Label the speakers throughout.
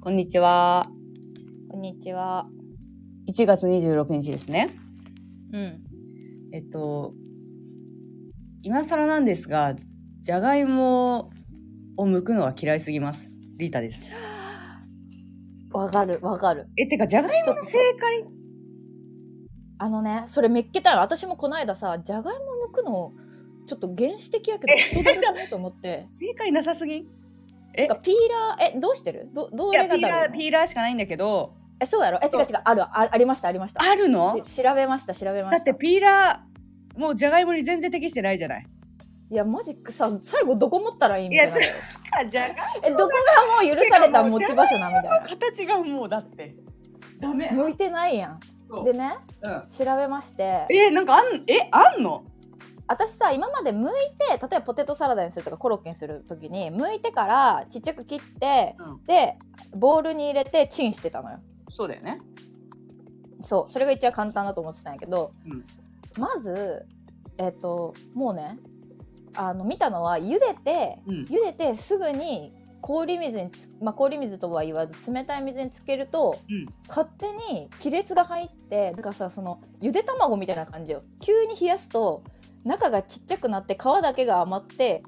Speaker 1: こんにちは。
Speaker 2: こんにちは。
Speaker 1: 1月26日ですね。
Speaker 2: うん。
Speaker 1: えっと、今更なんですが、じゃがいもを剥くのが嫌いすぎます。リータです。
Speaker 2: わかる、わかる。
Speaker 1: え、てか、じゃがいもの正解
Speaker 2: あのね、それ見っけたよ。私もこの間さ、じゃがいも剥くの、ちょっと原始的やけど、クソだなと思って。
Speaker 1: 正解なさすぎんえ
Speaker 2: なんかピーラー、え、どうしてるど、ど
Speaker 1: い
Speaker 2: れ
Speaker 1: や、
Speaker 2: が
Speaker 1: ピー
Speaker 2: だ
Speaker 1: ラ
Speaker 2: ろう
Speaker 1: ー、ピーラーしかないんだけど、
Speaker 2: え、そうやろえ、違う違う、ある、あありました、ありました。
Speaker 1: あるの
Speaker 2: し調べました、調べま
Speaker 1: だ
Speaker 2: し。
Speaker 1: ったてピーラー、もうじゃがいもに全然適してないじゃない。
Speaker 2: いや、マジかさ、最後どこ持ったらいいみたいな。
Speaker 1: いや
Speaker 2: え、
Speaker 1: あ、じゃがい
Speaker 2: どこがもう許された持ち場所なみたいな。
Speaker 1: 形がもうだって。ダメ。
Speaker 2: 向いてないやん。
Speaker 1: そう
Speaker 2: でね、
Speaker 1: うん
Speaker 2: 調べまして。
Speaker 1: え、なんかあん、え、あんの
Speaker 2: 私さ今まで剥いて例えばポテトサラダにするとかコロッケにする時に剥いてからちっちゃく切って、
Speaker 1: うん
Speaker 2: でボウルに入れてチンしてたのよ
Speaker 1: そうだよね。
Speaker 2: そうそれが一番簡単だと思ってたんやけど、
Speaker 1: うん
Speaker 2: まずえっ、ともうねあの見たのは茹でて
Speaker 1: うん。
Speaker 2: 茹でてすぐに氷水につ、まあ、氷水とは言わず冷たい水につけると
Speaker 1: うん。
Speaker 2: 勝手に亀裂が入ってだからさそのゆで卵みたいな感じよ急に冷やすと中がちっちゃくなって皮だけが余って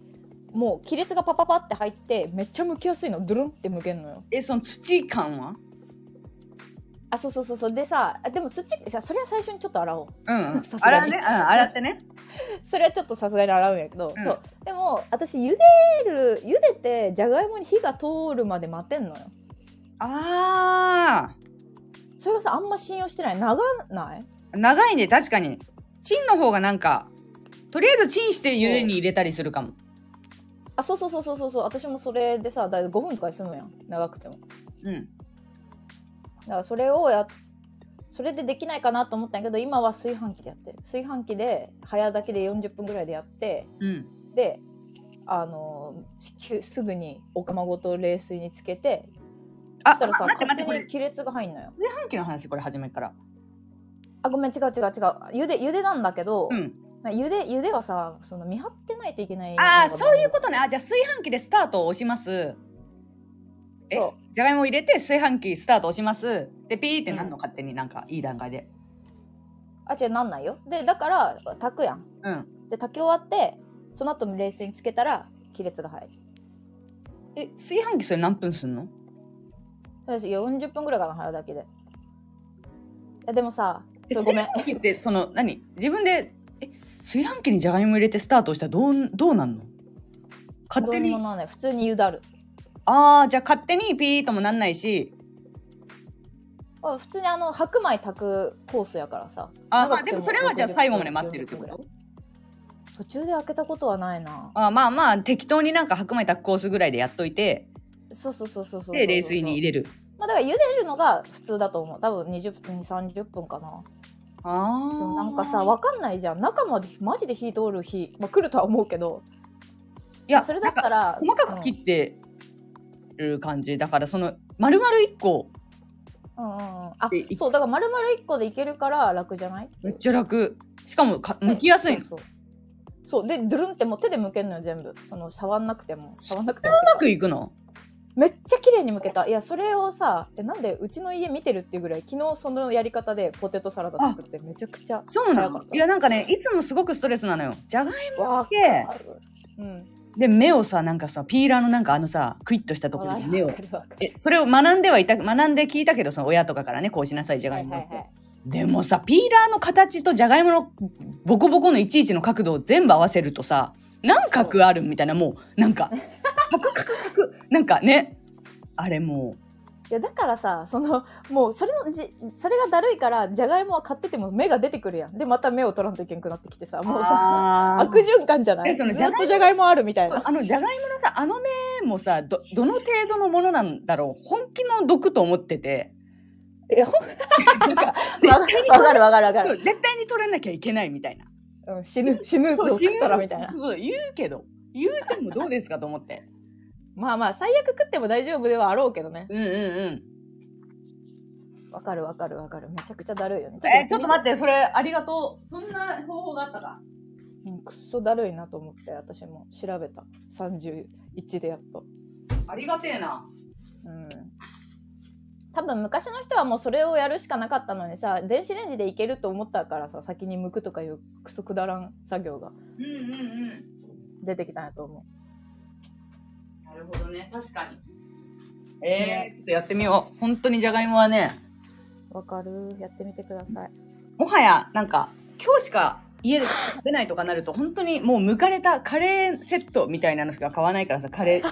Speaker 2: もう亀裂がパパパって入ってめっちゃ剥きやすいのドゥルンって剥けんのよ
Speaker 1: え、その土感は
Speaker 2: あそうそうそうそうでさあでも土さそれは最初にちょっと洗おう
Speaker 1: う んうん
Speaker 2: さすがに
Speaker 1: 洗うね、うん、洗ってね。
Speaker 2: それはちょっとさすがに洗うんやけど、
Speaker 1: うん
Speaker 2: そうでも私茹でる茹でてじゃがいもに火が通るまで待てんのよ
Speaker 1: あ
Speaker 2: それがさあんま信用してない長ない
Speaker 1: あ、長いね、確かに。チンの方がなんか、とりあえずチンして茹でに入れたりするかも。
Speaker 2: あそうそうそうそうそうそう私もそれでさだいたい5分とかで済むやん長くても
Speaker 1: うん。
Speaker 2: だからそれをやそれでできないかなと思ったんやけど今は炊飯器でやってる炊飯器で早炊きで40分ぐらいでやって
Speaker 1: うん。
Speaker 2: であのしきゅすぐにお釜ごと冷水につけて
Speaker 1: あ、
Speaker 2: そしたらさ
Speaker 1: 待って
Speaker 2: 勝
Speaker 1: 待
Speaker 2: 手
Speaker 1: って、これ
Speaker 2: に、亀裂が入んのよ
Speaker 1: 炊飯器の話、これ初めから。
Speaker 2: あごめん違う違う違う茹で茹でなんだけど、
Speaker 1: うん。
Speaker 2: な茹で茹ではさその見張ってないといけない
Speaker 1: ああ、そういう
Speaker 2: こ
Speaker 1: ことね。あ、じゃあ炊飯器でスタートを押します。え
Speaker 2: そ、
Speaker 1: じゃがいも入れて炊飯器スタート押します。で、ピーってなんの、勝手になんかいい段階で。
Speaker 2: あ違うなんないよでだから炊くやん
Speaker 1: うん。
Speaker 2: で炊き終わってその後の冷水につけたら亀裂が入る
Speaker 1: え、炊飯器それ何分すんの
Speaker 2: そうです40分ぐらいかな早炊きでいやでもさ
Speaker 1: で
Speaker 2: そうごめん
Speaker 1: 炊飯器ってその何自分でえ炊飯器にじゃがいも入れてスタートしたらどうどうなんの勝
Speaker 2: どう
Speaker 1: 手
Speaker 2: に
Speaker 1: に
Speaker 2: もならない普通にゆだる
Speaker 1: ああじゃあ勝手にピーともなんないし
Speaker 2: あ普通にあの白米炊くコースやからさ
Speaker 1: あー
Speaker 2: 長
Speaker 1: まあ
Speaker 2: くて
Speaker 1: で
Speaker 2: も
Speaker 1: もそれはじゃあ
Speaker 2: 60
Speaker 1: 最後まで待ってるってこと
Speaker 2: 途中で開けたことはないな
Speaker 1: あーまあまあ適当になんか白米炊くコースぐらいでやっといて
Speaker 2: そうそうそうそうそう
Speaker 1: で冷水に入
Speaker 2: れ
Speaker 1: れる
Speaker 2: まあだから茹でるのが普通だと思う多分20分30分かな
Speaker 1: あ
Speaker 2: で
Speaker 1: あ
Speaker 2: もなんかさわかんないじゃん中までマジで火通る日、まあ、来るとは思うけど
Speaker 1: いや
Speaker 2: それだっ
Speaker 1: な
Speaker 2: た
Speaker 1: んから細かく切ってる感じだからその丸々1個
Speaker 2: うんうんうんあ
Speaker 1: でい
Speaker 2: そうだから丸々1個でいけるから楽じゃない
Speaker 1: めっちゃ楽しかもか剥きやすいのう
Speaker 2: そうそうそうでドゥルンってもう手で剥けるのよ全部その触んなくても触んなくても
Speaker 1: まくいくの
Speaker 2: めっちゃ綺麗に剥けたいやそれをさえなんでうちの家見てるっていうぐらい昨日そのやり方でポテトサラダ作ってめちゃくちゃ
Speaker 1: そうな
Speaker 2: 早か
Speaker 1: の
Speaker 2: った
Speaker 1: いやなんかねいつもすごくストレスなのよじゃがい
Speaker 2: わ
Speaker 1: もって
Speaker 2: かるうん
Speaker 1: で目をさなんかさピーラーのなんかあのさクイッとしたところで目を
Speaker 2: わかるわかる
Speaker 1: えそれを学んではいた学んで聞いたけどその親とかからねこうしなさいじゃ
Speaker 2: は
Speaker 1: が
Speaker 2: い
Speaker 1: いも
Speaker 2: は
Speaker 1: っ
Speaker 2: い
Speaker 1: て、
Speaker 2: はい
Speaker 1: でもさピーラーの形とじゃがいものボコボコのいちいちの角度を全部合わせるとさ何角あるみたいなもうなんかカクカクカクなんかねあれも
Speaker 2: いやだからさそのもうそれのじそれがだるいからじゃがいもは買ってても目が出てくるやんでまた目を取らんといけなくなってきてさ
Speaker 1: う
Speaker 2: もうさ
Speaker 1: あ
Speaker 2: 悪循環じゃない
Speaker 1: で
Speaker 2: ず
Speaker 1: その
Speaker 2: っとじゃがいもあるみたいな
Speaker 1: あのじゃがいものさあの目もさどどの程度のものなんだろう本気の毒と思ってて
Speaker 2: いやほん
Speaker 1: なんか絶
Speaker 2: わか
Speaker 1: 対に
Speaker 2: わかるわかるわかる
Speaker 1: そう絶対に取らなきゃいけないみたいな。
Speaker 2: うん、死ぬ死ぬぞ
Speaker 1: そう死
Speaker 2: 食
Speaker 1: ぬ
Speaker 2: ったらみたいな
Speaker 1: そう言うけど言うてもどうですかと思って。
Speaker 2: まあまあ最悪食っても大丈夫ではあろうけど ね
Speaker 1: うんうんうん。
Speaker 2: わかるわかるわかるめちゃくちゃだるいよね
Speaker 1: えちょっと待ってそれありがとう。そんな方法があったか。
Speaker 2: て、うん、くっそだるいなと思って私も調べた31でやっと
Speaker 1: ありがてえな。
Speaker 2: うん多分昔の人はもうそれをやるしかなかったのにさ電子レンジでいけると思ったからさ先に剥くとかいうクソくだらん作業が
Speaker 1: うんうんうん。
Speaker 2: 出てきたんやと思
Speaker 1: なるほどね。確かに。えー、ちょっとやってみよう。本当にじゃがいもはね、
Speaker 2: うわかるやってみてください
Speaker 1: もはや、なんか、今日しか家で食べないとかなると、本当にもう剥かれたカレーセットみたいなのしか買わないからさ、カレ ー、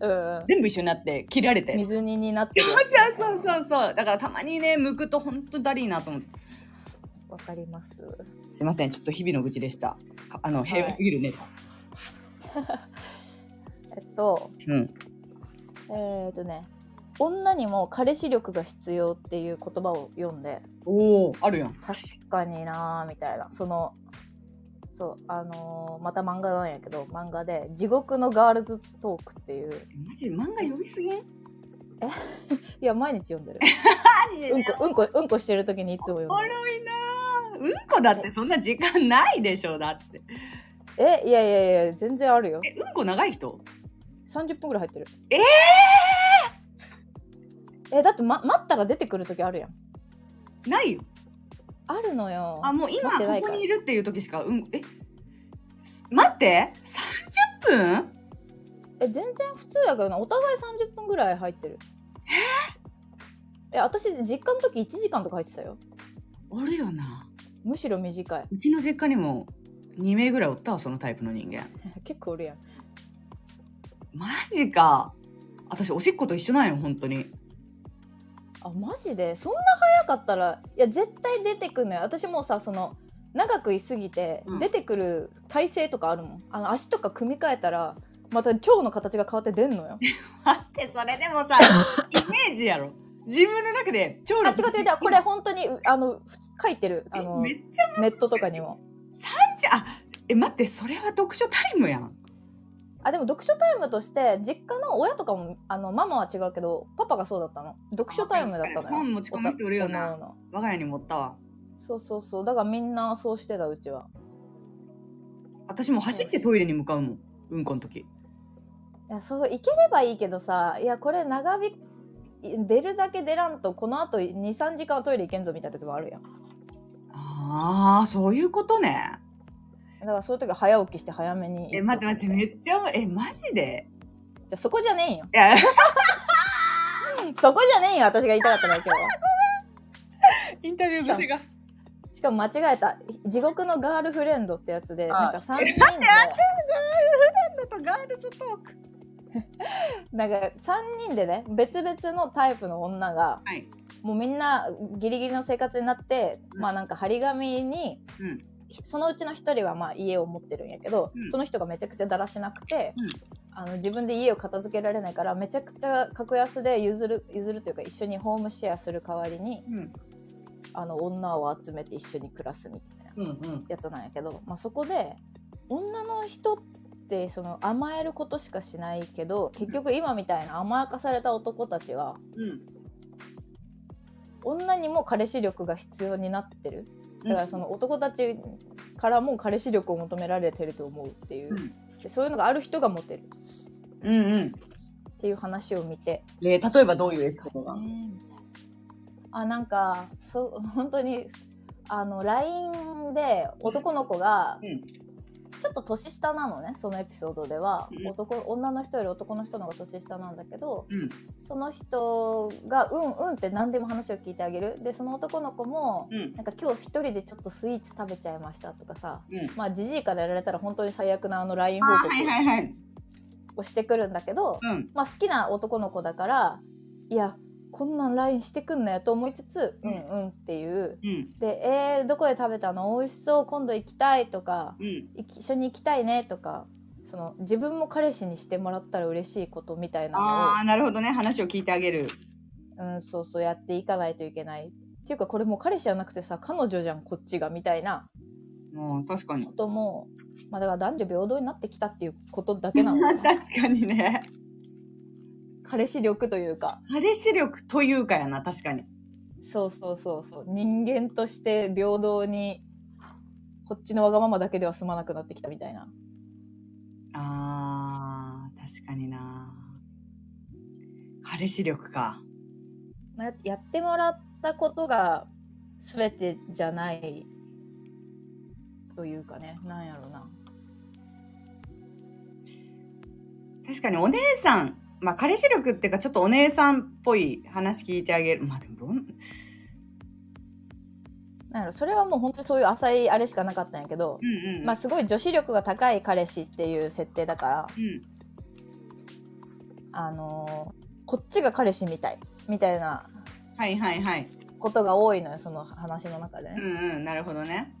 Speaker 2: うんうん
Speaker 1: 全部一緒になって、切られて。
Speaker 2: 水煮になってる
Speaker 1: そうそうそうそう。だからたまにね、剥くと本当だりーなと思って。
Speaker 2: わかります
Speaker 1: すいません、ちょっと日々の愚痴でした。かあの、平和すぎるね。
Speaker 2: えっと
Speaker 1: うん。
Speaker 2: えー、っとね女にも彼氏力が必要っていう言葉を読んで
Speaker 1: おお、あるやん。
Speaker 2: 確かになーみたいなそのそうあのーまた漫画なんやけど漫画で「地獄のガールズトーク」っていう
Speaker 1: マジで漫画読みすぎん
Speaker 2: いや毎日読 んでる
Speaker 1: マジで、
Speaker 2: うん
Speaker 1: ね、
Speaker 2: こうんこうんこしてる時にいつも読ん
Speaker 1: おも
Speaker 2: でる
Speaker 1: ろいなーうんこだってそんな時間ないでしょ、だって。
Speaker 2: えいやいやいや全然あるよ
Speaker 1: え、うんこ長い人
Speaker 2: 30分ぐらい入ってる
Speaker 1: え
Speaker 2: えだって、ま、待ったら出てくる時あるやん
Speaker 1: ないよ。
Speaker 2: あるのよ
Speaker 1: あ、もう今
Speaker 2: 待ってな
Speaker 1: こ
Speaker 2: い
Speaker 1: こ
Speaker 2: から
Speaker 1: にいるっていう時しか、うん、え、す待って、30分
Speaker 2: え全然普通やけどなお互い30分ぐらい入ってるえ私実家の時1時間とか入ってたよ
Speaker 1: おるよな。
Speaker 2: むしろ短いう
Speaker 1: ちの実家にも2名ぐらいおったわ、そのタイプの人間。
Speaker 2: 結構おるやん
Speaker 1: マジか。私、おしっこと一緒なんよ、本当に。
Speaker 2: あマジでそんな早かったらいや絶対出てくんのよ私もうさその長くいすぎて、
Speaker 1: うん
Speaker 2: 出てくる体勢とかあるもんあの足とか組み替えたらまた腸の形が変わって出ん のよ
Speaker 1: 待って、それでも さ、イメージやろ。自分の中で、超
Speaker 2: あ違う違う違うこれ本当にあのふ書いてるあの
Speaker 1: め
Speaker 2: ネ
Speaker 1: っちゃ
Speaker 2: ットとかにも
Speaker 1: マジ、あ、え、待って、それは読書タイムやん。
Speaker 2: あでも読書タイムとして実家の親とかもあのママは違うけどパパがそうだったの読書タイムだったのよ
Speaker 1: 本持ち込む人おるよな
Speaker 2: お互いの
Speaker 1: 我が家にもおったわ。
Speaker 2: そうそうそうだからみんなそうしてたうちは
Speaker 1: 私もう走ってトイレに向かうもん。うんこの時。
Speaker 2: いやそう行ければいいけどさいやこれ長引い出るだけ出らんとこのあと23時間はトイレ行けんぞみたいな時もあるやんだ
Speaker 1: ああ、そういうことね。
Speaker 2: からそういう時は早起きして早めに
Speaker 1: え、待って待って、めっちゃ、え、マジで
Speaker 2: じゃあそこじゃねえよ
Speaker 1: い や、
Speaker 2: そこじゃねえよ私が言いたかったのは今日は
Speaker 1: インタビュー癖が。
Speaker 2: しかも間違えた地獄のガールフレンドってやつで
Speaker 1: あ
Speaker 2: なんか3人で
Speaker 1: ガールズトーク。
Speaker 2: なんか3人でね別々のタイプの女が
Speaker 1: はい。
Speaker 2: もうみんなギリギリの生活になって、
Speaker 1: うん
Speaker 2: まあなんか張り紙に
Speaker 1: うん。
Speaker 2: そのうちの一人はまあ家を持ってるんやけど、
Speaker 1: うん
Speaker 2: その人がめちゃくちゃだらしなくて、あの自分で家を片付けられないからめちゃくちゃ格安で譲る譲るというか一緒にホームシェアする代わりに
Speaker 1: うん。
Speaker 2: あの女を集めて一緒に暮らすみたいな
Speaker 1: うん。うん。
Speaker 2: やつなんやけど、まあ、そこで女の人ってその甘えることしかしないけど結局今みたいな甘やかされた男たちは
Speaker 1: うん。
Speaker 2: 女にも彼氏力が必要になってるだからそ
Speaker 1: の、
Speaker 2: の男たちからも彼氏力を求められてると思うっていうう、
Speaker 1: ん。
Speaker 2: でそういうのがある人がモテる
Speaker 1: うんうん。
Speaker 2: っていう話を見て
Speaker 1: えー例えばどういうエピソードが
Speaker 2: ねみたいなあなんかそう本当にあの LINE で男の子が、
Speaker 1: うん
Speaker 2: ちょっと年下なのねそのエピソードでは、
Speaker 1: うん
Speaker 2: 男女の人より男の人の方が年下なんだけど
Speaker 1: うん。
Speaker 2: その人が「うんうん」って何でも話を聞いてあげるでその男の子も、
Speaker 1: うん。
Speaker 2: なんか今日一人でちょっとスイーツ食べちゃいましたとかさ
Speaker 1: うん。
Speaker 2: まあじじいからやられたら本当に最悪なあの LINE
Speaker 1: あー
Speaker 2: 報告
Speaker 1: はいはいはい。
Speaker 2: をしてくるんだけど、
Speaker 1: うん。
Speaker 2: まあ、好きな男の子だからいやこんなん LINE してくんなよと思いつつ、
Speaker 1: う
Speaker 2: うんん、うんっていう
Speaker 1: うん。
Speaker 2: で「えー、どこで食べたの美味しそう今度行きたい」とか
Speaker 1: うん。
Speaker 2: いき「一緒に行きたいね」とかその自分も彼氏にしてもらったら嬉しいことみたい
Speaker 1: あ
Speaker 2: な
Speaker 1: あ、なるほどね。話を聞いてあげる。
Speaker 2: のを、うん、そうそうやっていかないといけない。っていうかこれもう彼氏じゃなくてさ彼女じゃんこっちがみたいな
Speaker 1: もう確かに
Speaker 2: こ。とも、まあ、だから男女平等になってきたっていうことだけなのか
Speaker 1: 確
Speaker 2: な
Speaker 1: かにね。
Speaker 2: 彼氏力というか
Speaker 1: 彼氏力というかやな、確かに。
Speaker 2: そうそうそうそう人間として平等にこっちのわがままだけでは済まなくなってきたみたいな
Speaker 1: ああ、確かにな。彼氏力か。
Speaker 2: まあ、ややってもらったことが全てじゃないというかねなんやろな
Speaker 1: 確かにお姉さん、まあ、彼氏力っていうかちょっとお姉さんっぽい話聞いてあげるまあでもどん
Speaker 2: なんやろそれはもう本当にそういう浅いあれしかなかったんやけど、
Speaker 1: うんうん
Speaker 2: まあすごい女子力が高い彼氏っていう設定だから
Speaker 1: うん
Speaker 2: あのーこっちが彼氏みたいみたいな
Speaker 1: はいはいはい
Speaker 2: ことが多いのよその話の中でね
Speaker 1: う、んうんなるほどね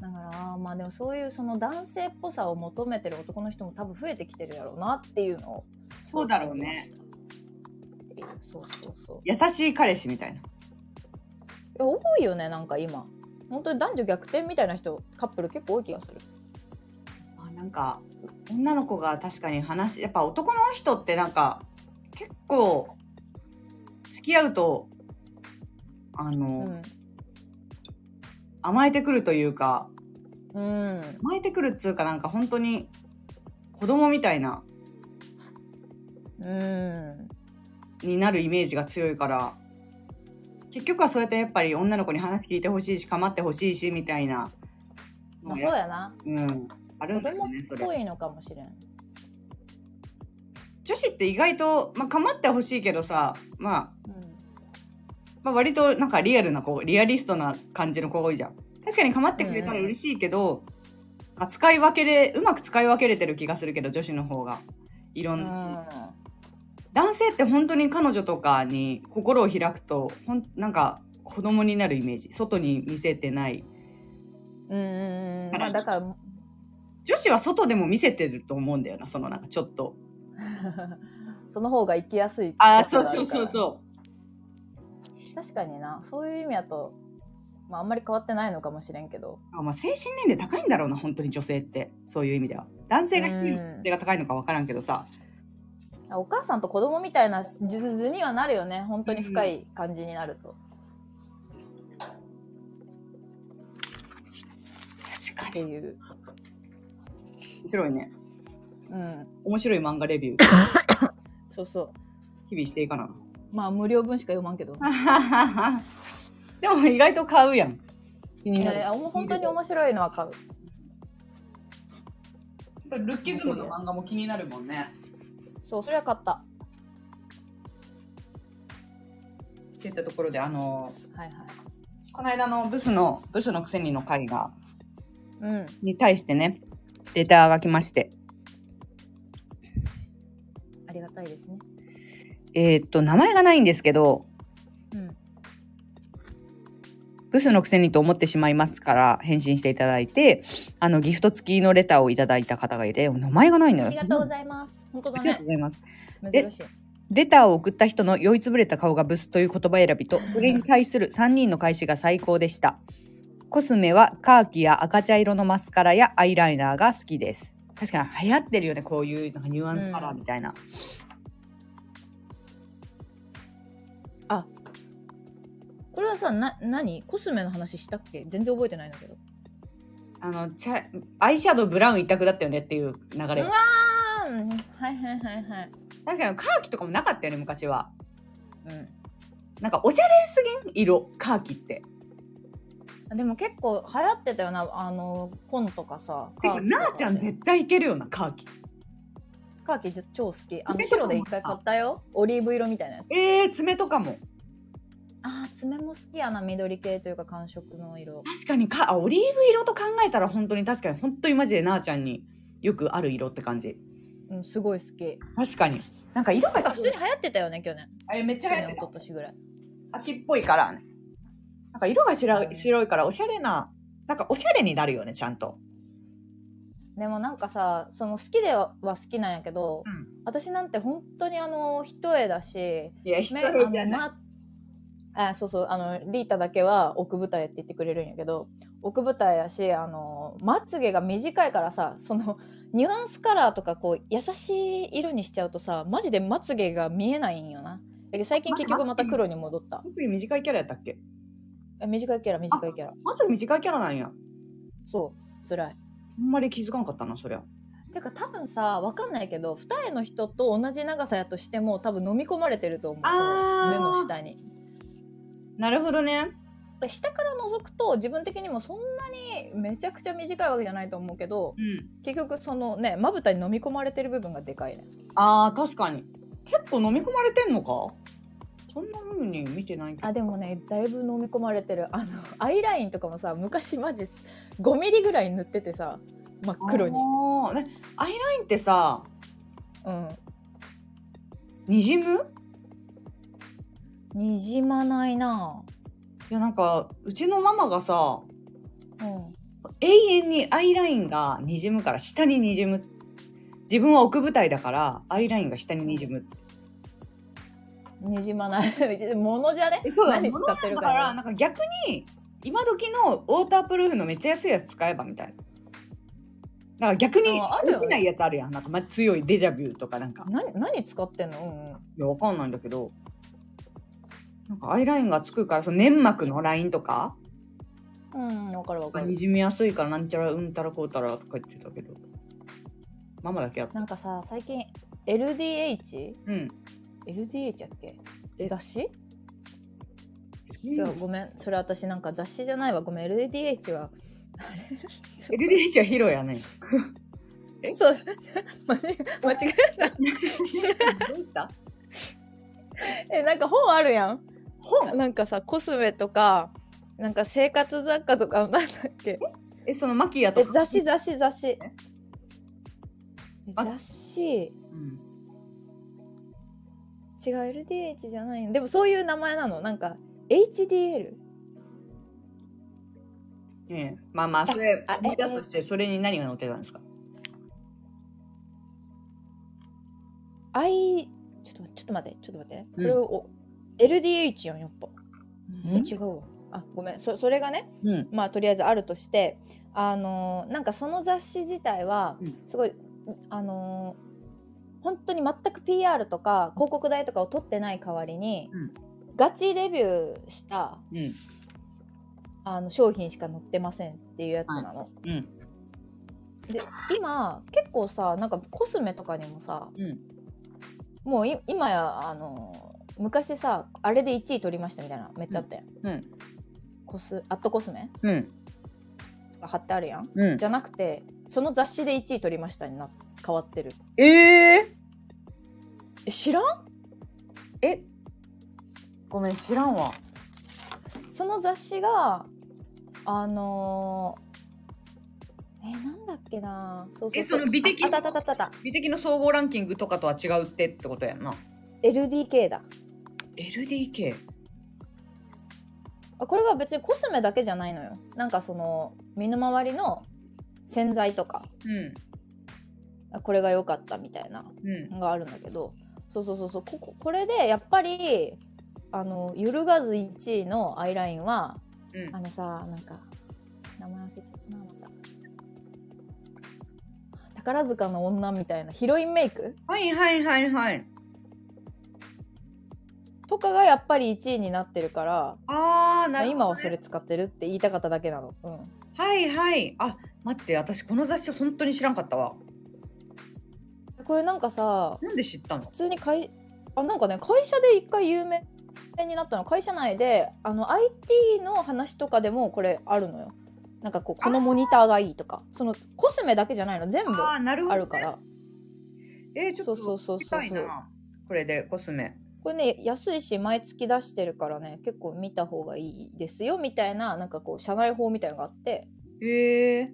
Speaker 2: だからまあでもそういうその男性っぽさを求めてる男の人も多分増えてきてるやろうなっていうのを
Speaker 1: そうだろうね
Speaker 2: っていうそうそうそう
Speaker 1: 優しい彼氏みたいない
Speaker 2: や多いよねなんか今本当に男女逆転みたいな人カップル結構多い気がする
Speaker 1: あなんか女の子が確かに話やっぱ男の人ってなんか結構付き合うとあ
Speaker 2: う
Speaker 1: の、
Speaker 2: ん
Speaker 1: 甘えてくるというか
Speaker 2: うん
Speaker 1: 甘えてくるっつうかなんか本当に子供みたいな
Speaker 2: うん
Speaker 1: になるイメージが強いから結局はそうやってやっぱり女の子に話聞いてほしいし構ってほしいしみたいな
Speaker 2: ま
Speaker 1: の
Speaker 2: あそう
Speaker 1: や
Speaker 2: やな
Speaker 1: うん、ある
Speaker 2: 子
Speaker 1: んだよ
Speaker 2: 供っ
Speaker 1: ねそれ
Speaker 2: ぽいのかもしれん
Speaker 1: 女子って意外と、まあ、構ってほしいけどさ、まあ、
Speaker 2: うん
Speaker 1: まあ割となんかリアルな子リアリストな感じの子多いじゃん確かに構ってくれたら嬉しいけど、なんか使い分けれうまく使い分けれてる気がするけど女子の方がいろんなし、男性って本当に彼女とかに心を開くとほんなんか子供になるイメージ外に見せてない
Speaker 2: うんうんうんまあだから
Speaker 1: 女子は外でも見せてると思うんだよなそのなんかちょっと
Speaker 2: その方が生きやすい
Speaker 1: ああそうそうそう
Speaker 2: う
Speaker 1: そう
Speaker 2: 確かになそういう意味だとまああんまり変わってないのかもしれんけど
Speaker 1: あ、まあ、精神年齢高いんだろうな本当に女性ってそういう意味では男性が低いのか
Speaker 2: うん
Speaker 1: 女性が高いのか分からんけどさ
Speaker 2: お母さんと子供みたいな数図にはなるよね本当に深い感じになると、
Speaker 1: 確
Speaker 2: っ
Speaker 1: か
Speaker 2: て
Speaker 1: に
Speaker 2: いう
Speaker 1: 面白いね
Speaker 2: うん
Speaker 1: 面白い漫画レビュー
Speaker 2: そうそう
Speaker 1: 日々していかな
Speaker 2: まあ無料分しか読まんけど
Speaker 1: でも意外と買うやん気に
Speaker 2: い
Speaker 1: な
Speaker 2: や
Speaker 1: る
Speaker 2: いやほん本当に面白いのは買う
Speaker 1: ルッキズムの漫画も気になるもんね
Speaker 2: そうそれは買ったは
Speaker 1: って言ったところであの
Speaker 2: いはい
Speaker 1: この間のブスのブスのくせにの会が
Speaker 2: うん
Speaker 1: に対してねレターが来まして
Speaker 2: ありがたいですね
Speaker 1: えーっと名前がないんですけど
Speaker 2: うん
Speaker 1: ブスのくせにと思ってしまいますから返信していただいてあのギフト付きのレターをいただいた方がいて名前がないんだ
Speaker 2: あ
Speaker 1: よ
Speaker 2: りがとうご
Speaker 1: い
Speaker 2: ざいます本当
Speaker 1: まあ
Speaker 2: だ
Speaker 1: りがと
Speaker 2: ね
Speaker 1: うございます
Speaker 2: 珍しい
Speaker 1: レターを送った人の酔いつぶれた顔がブスという言葉選び とそれに対する3人の返しが最高でしたコスメはカーキや赤茶色のマスカラやアイライナーが好きです確かに流行ってるよねこういうなんかニュアンスカラーみたいな、
Speaker 2: これはさな何コスメの話したっけ全然覚えてないんだけど
Speaker 1: あの茶アイシャドウブラウン一択だったよねっていう流れ
Speaker 2: うわあーうんはいはいはいはい
Speaker 1: 確かにカーキとかもなかったよね昔は
Speaker 2: うん
Speaker 1: なんかおしゃれすぎん色カーキって
Speaker 2: でも結構流行ってたよなあの紺とかさ
Speaker 1: て
Speaker 2: カ
Speaker 1: か
Speaker 2: ーキとか
Speaker 1: なあちゃん絶対いけるよなカーキ
Speaker 2: カーキじ超好きあの
Speaker 1: 爪とかも
Speaker 2: 白で一回買ったよオリーブ色みたいなやつ
Speaker 1: えー、爪とかも
Speaker 2: あー爪も好きやな緑系というか感触の色
Speaker 1: 確かにかあオリーブ色と考えたら本当に確かに本当にマジでなあちゃんによくある色って感じ
Speaker 2: うんすごい好き
Speaker 1: 確かになんか色が
Speaker 2: あ
Speaker 1: さ
Speaker 2: 普通に流行ってたよね去年
Speaker 1: あめっち
Speaker 2: 去
Speaker 1: ゃ流行って
Speaker 2: 年一
Speaker 1: た
Speaker 2: 昨年ぐらい
Speaker 1: 秋っぽいからねなんか色が白い白いからおしゃれななんかおしゃれになるよねちゃんと
Speaker 2: でもなんかさその好きでは好きなんやけど、
Speaker 1: うん
Speaker 2: 私なんて本当にあの一重だし
Speaker 1: いや人
Speaker 2: 目
Speaker 1: じゃな
Speaker 2: あ
Speaker 1: い
Speaker 2: のまあそうそうあのリータだけは奥舞台って言ってくれるんやけど奥舞台やしあのまつげが短いからさそのニュアンスカラーとかこう優しい色にしちゃうとさマジでまつげが見えないんよなだけど最近結局また黒に戻った
Speaker 1: まつげ短いキャラやったっけ
Speaker 2: え短いキャラ短いキャラ
Speaker 1: まつげ短いキャラなんや
Speaker 2: そう辛い
Speaker 1: あんまり気づかんかったなそりゃ
Speaker 2: てか多分さわかんないけど二重の人と同じ長さやとしても多分飲み込まれてると思うその
Speaker 1: あー
Speaker 2: 目の下に
Speaker 1: なるほどね。
Speaker 2: 下から覗くと自分的にもそんなにめちゃくちゃ短いわけじゃないと思うけど
Speaker 1: うん。
Speaker 2: 結局そのねまぶたに飲み込まれてる部分がでかいね
Speaker 1: ああ、確かに。結構飲み込まれてんのかそんな風に見てないけど。
Speaker 2: あでもねだいぶ飲み込まれてるあのアイラインとかもさ昔マジ5ミリぐらい塗っててさ真っ黒に
Speaker 1: あーね、アイラインってさ、
Speaker 2: うん
Speaker 1: にじむ
Speaker 2: にじまないない
Speaker 1: や、なんか、うちのママがさ、
Speaker 2: ぁうん
Speaker 1: 永遠にアイラインがにじむから下ににじむ。自分は奥舞台だから、アイラインが下ににじむ。
Speaker 2: にじまない ものじゃね
Speaker 1: そうだ、
Speaker 2: 何
Speaker 1: 物
Speaker 2: 使
Speaker 1: な
Speaker 2: って
Speaker 1: ん
Speaker 2: る
Speaker 1: だ
Speaker 2: か
Speaker 1: からら、なんか逆に、今時のウォータープルーフのめっちゃ安いやつ使えばみたいな。だから逆に
Speaker 2: ああるよね
Speaker 1: 落ちないやつあるやん。なんか、まあ、強いデジャビューとかなんか。
Speaker 2: 何何使ってんのうんうん
Speaker 1: いや、わかんないんだけど。なんかアイラインがつくから、その粘膜のラインとか、
Speaker 2: うんうん、わかるわか
Speaker 1: に
Speaker 2: る。
Speaker 1: じみやすいから、なんちゃらうんたらこうたらとか言ってたけど。ママだけやった。
Speaker 2: なんかさ、最近 LDH?LDH
Speaker 1: うん。
Speaker 2: やっけ
Speaker 1: え
Speaker 2: 雑誌違う、ごめん。それ私なんか雑誌じゃないわ。ごめん。LDH は。
Speaker 1: LDH はヒロ やね。え
Speaker 2: そう。 間違間違えた。
Speaker 1: どうした
Speaker 2: え、なんか本あるやん。
Speaker 1: 本
Speaker 2: なんかさ、コスメとか、なんか生活雑貨とか、なんだっけ。
Speaker 1: え、そのマキアと
Speaker 2: え
Speaker 1: か。
Speaker 2: 雑誌雑誌雑誌。
Speaker 1: あ
Speaker 2: 雑誌
Speaker 1: うん
Speaker 2: 違う LDH じゃないのでもそういう名前なのなんか HDL
Speaker 1: ええまあまあ、それ
Speaker 2: あ
Speaker 1: 思い出すとして、それに何が載ってたんですか
Speaker 2: I ちょっと待ってちょっと待ってちょっと待ってこ
Speaker 1: うん
Speaker 2: れを、お LDH やんやっぱえ
Speaker 1: う
Speaker 2: 違うわあごめんそそれがね
Speaker 1: ん。
Speaker 2: まあとりあえずあるとしてあのーなんかその雑誌自体は
Speaker 1: うん
Speaker 2: すごい、あのー本当に全く PR とか広告代とかを取ってない代わりに、
Speaker 1: うん
Speaker 2: ガチレビューした
Speaker 1: うん。
Speaker 2: あの商品しか載ってませんっていうやつなの。
Speaker 1: うん。
Speaker 2: で今結構さなんかコスメとかにもさ
Speaker 1: うん。
Speaker 2: もうい今やあのー昔さあれで1位取りましたみたいなめっちゃあったやん、
Speaker 1: うん。
Speaker 2: コスアットコスメ
Speaker 1: うん。
Speaker 2: とか貼ってあるやん
Speaker 1: うん
Speaker 2: じ。ゃなくてその雑誌で1位取りましたにな変わってる
Speaker 1: ええ
Speaker 2: え知らん
Speaker 1: えごめん、知らんわ。
Speaker 2: その雑誌があのー、えなんだっけなそうそう
Speaker 1: えその美的
Speaker 2: ああったあったあったあった
Speaker 1: 美的の総合ランキングとかとは違うってってことやんな。
Speaker 2: LDK だ
Speaker 1: LDK。
Speaker 2: あこれが別にコスメだけじゃないのよなんかその身の回りの洗剤とか
Speaker 1: うん。
Speaker 2: あこれが良かったみたいな
Speaker 1: うん。
Speaker 2: のがあるんだけどそうそうそうそうこここれでやっぱりあの揺るがず1位のアイラインは
Speaker 1: うん
Speaker 2: あ。のさなんか名前忘れちゃったなまた宝塚の女みたいなヒロインメイク
Speaker 1: はいはいはいはい。
Speaker 2: とかがやっぱり1位になってるから
Speaker 1: ああ、なるほど、ね。
Speaker 2: 今はそれ使ってるって言いたかっただけなの、うん、
Speaker 1: はいはい。あ、待って、私この雑誌本当に知らんかったわ。
Speaker 2: これなんかさ
Speaker 1: なんで知ったの
Speaker 2: 普通に会あなんかね会社で一回有名になったの会社内であの IT の話とかでもこれあるのよなんかこうこのモニターがいいとかそのコスメだけじゃないの全部
Speaker 1: あ
Speaker 2: あ
Speaker 1: あ、なるほど、ね。
Speaker 2: るから
Speaker 1: えー、ちょっ
Speaker 2: そうそ
Speaker 1: と
Speaker 2: う
Speaker 1: 聞き
Speaker 2: そうそう
Speaker 1: たいな。これでコスメ。
Speaker 2: これね安いし毎月出してるからね結構見た方がいいですよみたいななんかこう社内法みたいなのがあって
Speaker 1: へえ。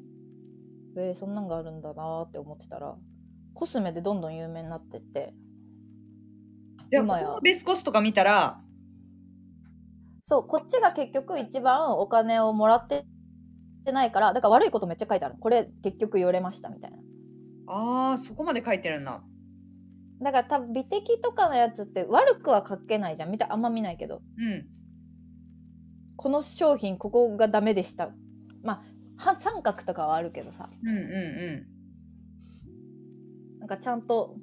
Speaker 2: えー、そんなんがあるんだなーって思ってたらコスメでどんどん有名になってって
Speaker 1: でも
Speaker 2: 今
Speaker 1: こ
Speaker 2: や
Speaker 1: このベスコスとか見たら、
Speaker 2: そうこっちが結局一番お金をもらってないからだから悪いことめっちゃ書いてあるこれ結局言れましたみたいな
Speaker 1: ああ、そこまで書いてるんだ。
Speaker 2: だから多分美的とかのやつって悪くは書けないじゃん見たあんま見ないけど
Speaker 1: うん。
Speaker 2: この商品ここがダメでしたまあは三角とかはあるけどさ
Speaker 1: うんう
Speaker 2: なんかちゃんと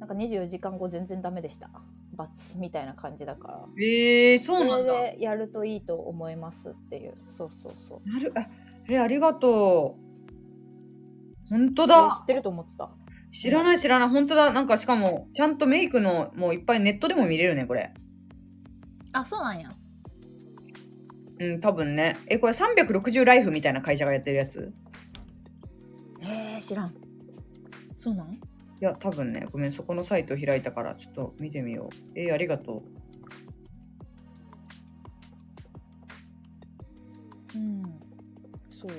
Speaker 2: なんか24時間後全然ダメでした罰みたいな感じだから
Speaker 1: んうん。ええー、そう
Speaker 2: こ
Speaker 1: な
Speaker 2: れ
Speaker 1: んだ。
Speaker 2: でやるといいと思いますっていうそうそうそう
Speaker 1: なる、あ、えー、ありがとう。本当
Speaker 2: え知
Speaker 1: だ
Speaker 2: っ。てると思ってた
Speaker 1: 知らない知らない。本当だ。なんかしかも、ちゃんとメイクの、もういっぱいネットでも見れるね、これ。
Speaker 2: あそうなんや
Speaker 1: うん、多分ね。え、これ360ライフみたいな会社がやってるやつ
Speaker 2: へえ知らんそうなん
Speaker 1: いや、多分ね。ごめん、そこのサイト開いたから、ちょっと見てみよう。えーありがとう。
Speaker 2: うんそう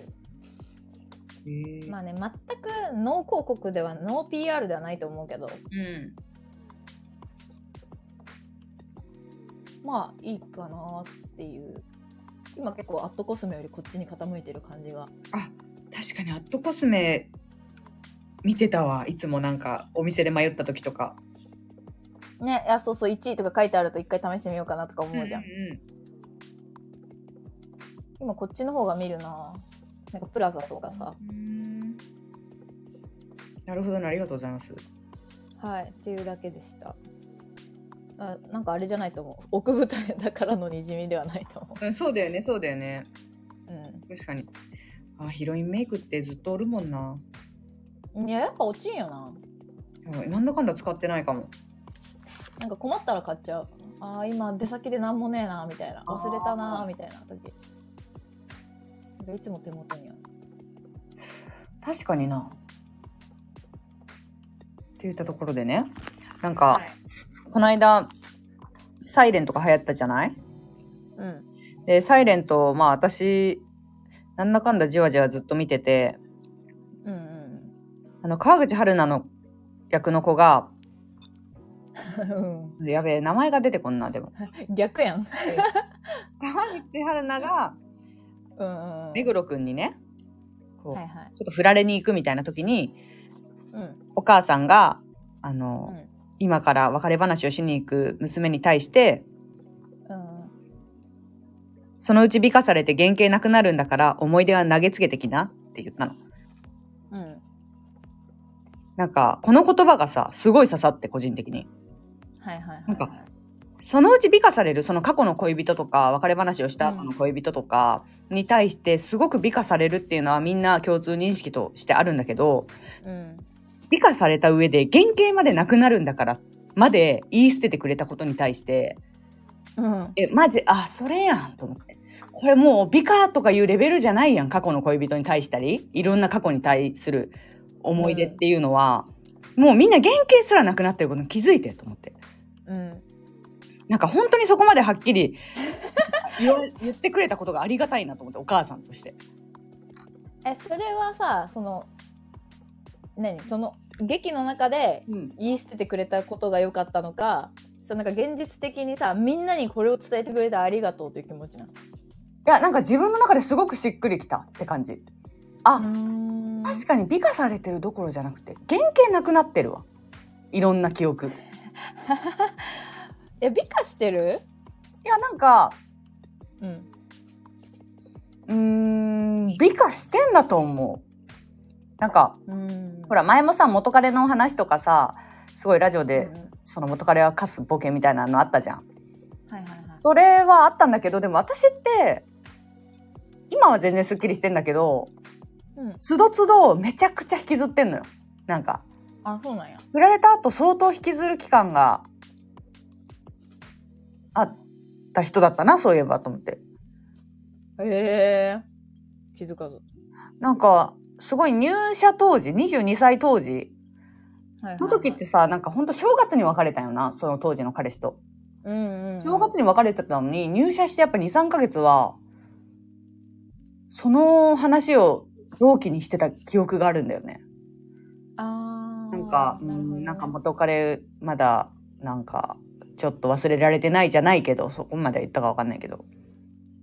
Speaker 1: えー
Speaker 2: まあね全くノー広告ではノー PR ではないと思うけど
Speaker 1: うん。
Speaker 2: まあいいかなっていう今結構アットコスメよりこっちに傾いてる感じが
Speaker 1: 確かに、アットコスメ見てたわ。いつもなんか、お店で迷った時とか。
Speaker 2: ねあそうそう1位とか書いてあると一回試してみようかなとか思うじゃん、
Speaker 1: うんうん
Speaker 2: 今こっちの方が見るななんかプラザとかさ
Speaker 1: うんなるほどね、ありがとうございます。
Speaker 2: はいっていうだけでしたあなんかあれじゃないと思う奥舞台だからのにじみではないと思
Speaker 1: うん、そうだよね、そうだよね。
Speaker 2: うう
Speaker 1: 確かに。あ、ヒロインメイクってずっとおるもんな。
Speaker 2: んいややっぱ落ちんよな
Speaker 1: でもなんだかんだ使ってないかも。
Speaker 2: なんか困ったら買っちゃうあー今出先で何もねえなみたいな忘れたなみたいな時なんかいつも手元にある
Speaker 1: 確かにな。って言ったところでね、なんか、この間、サイレントが流行ったじゃない
Speaker 2: うん
Speaker 1: で、サイレント、まあ私、なんだかんだじわじわずっと見てて、
Speaker 2: うんうん
Speaker 1: あの、川口春奈の役の子が、
Speaker 2: うん
Speaker 1: やべえ、名前が出てこんな、でも。
Speaker 2: 逆やん
Speaker 1: 川口春奈が、
Speaker 2: うんうん
Speaker 1: 目黒くんにね、こう、
Speaker 2: はいはい
Speaker 1: ちょっと振られに行くみたいな時に、
Speaker 2: うん
Speaker 1: お母さんが、あ
Speaker 2: う
Speaker 1: の、
Speaker 2: ん
Speaker 1: 今から別れ話をしに行く娘に対して、
Speaker 2: うん
Speaker 1: そのうち美化されて原型なくなるんだから思い出は投げつけてきなって言ったの。
Speaker 2: うん
Speaker 1: なんか、この言葉がさ、すごい刺さって個人的に。
Speaker 2: はいはいはい
Speaker 1: なんかそのうち美化される、その過去の恋人とか、別れ話をした後の恋人とかに対して、すごく美化されるっていうのはみんな共通認識としてあるんだけど、
Speaker 2: うん
Speaker 1: 美化された上で原型までなくなるんだから、まで言い捨ててくれたことに対して、
Speaker 2: うん
Speaker 1: え、マジ、あ、それやんと思って。これもう美化とかいうレベルじゃないやん。過去の恋人に対したり、いろんな過去に対する思い出っていうのは、もうみんな原型すらなくなってることに気づいてと思って。
Speaker 2: うん
Speaker 1: なんか本当にそこまではっきり言わ 言ってくれたことがありがたいなと思って、お母さんとして。
Speaker 2: えそれはさその何その劇の中で
Speaker 1: うん。
Speaker 2: 言い捨ててくれたことが良かったのかそのなんか現実的にさみんなにこれを伝えてくれてありがとうという気持ちなの
Speaker 1: いや、なんか自分の中ですごくしっくりきたって感じ。あ、
Speaker 2: うん
Speaker 1: 確かに美化されてるどころじゃなくて、原型なくなってるわ。いろんな記憶。
Speaker 2: え美化してる
Speaker 1: いや、なんか、
Speaker 2: うん
Speaker 1: うーん美化してんだと思う。なんか
Speaker 2: うん
Speaker 1: ほら前もさ元彼の話とかさすごいラジオ
Speaker 2: うん
Speaker 1: で、
Speaker 2: うん
Speaker 1: その元彼はカすボケみたいなのあったじゃん。
Speaker 2: はいはいはい
Speaker 1: それはあったんだけどでも私って今は全然すっきりしてんだけど
Speaker 2: うん
Speaker 1: つどつどめちゃくちゃ引きずってんのよ。なんか
Speaker 2: あそうなんや
Speaker 1: 振られた後相当引きずる期間があった人だったなそういえばと思って。
Speaker 2: へえ気づかず
Speaker 1: なんかすごい入社当時22歳当時
Speaker 2: はいはいはい
Speaker 1: その時ってさ、なんかほんと正月に別れたよな、その当時の彼氏と。
Speaker 2: うんうんうん
Speaker 1: 正月に別れてたのに、入社してやっぱ2、3ヶ月は、その話を同期にしてた記憶があるんだよね。
Speaker 2: あ
Speaker 1: な
Speaker 2: ー
Speaker 1: んか、う
Speaker 2: るほど
Speaker 1: ん
Speaker 2: ね
Speaker 1: なんか元彼、まだ、なんか、ちょっと忘れられてないじゃないけど、そこまでは言ったかわかんないけど。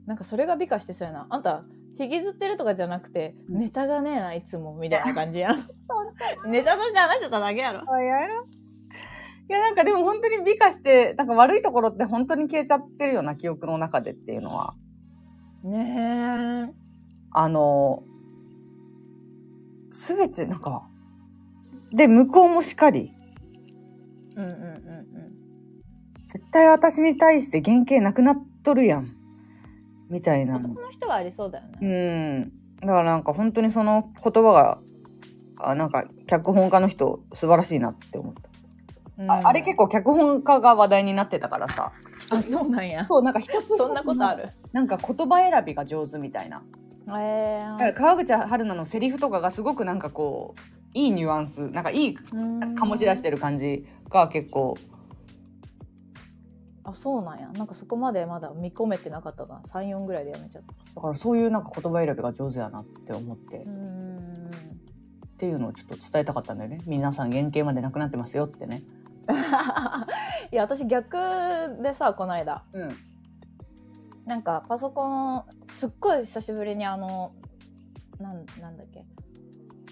Speaker 2: なんかそれが美化してそうやな。あんた、引きずってるとかじゃなくて、
Speaker 1: うん
Speaker 2: ネタがねえな、いつも、みたいな感じやん。ネタとして話してただけやろ。
Speaker 1: いやなんかでも本当に美化して、なんか悪いところって本当に消えちゃってるような記憶の中でっていうのは。
Speaker 2: ね
Speaker 1: あの、すべて、なんか、で、向こうもしかり、
Speaker 2: え。うんうんうん
Speaker 1: 絶対私に対して原型なくなっとるやん。みたい
Speaker 2: うん。
Speaker 1: な。
Speaker 2: 男の人はありそうだよ
Speaker 1: う
Speaker 2: ね。
Speaker 1: ん。だからなんか本当にその言葉が、あなんか脚本家の人素晴らしいなって思った。ああれ結構
Speaker 2: 構。
Speaker 1: 脚本家が話題になってたからさ。
Speaker 2: あそうなんや
Speaker 1: そうなんか一つ一つ
Speaker 2: そんなことある
Speaker 1: なんか言葉選びが上手みたいな
Speaker 2: え
Speaker 1: だから川口春奈のセリフとかがすごくなんかこういいニュアンスなんかいい醸し出しててる感じが結構
Speaker 2: あそうなんやなんかそこまでまだ見込めてなかったな34ぐらいでやめちゃった
Speaker 1: だからそういうなんか言葉選びが上手やなって思って、
Speaker 2: う
Speaker 1: っ
Speaker 2: ん
Speaker 1: ていうのをちょっと伝えたかったんだよね皆さん原型までなくなってますよってね
Speaker 2: いや私逆でさこの間
Speaker 1: うん
Speaker 2: なんかパソコンすっごい久しぶりにあのなんなんだっけ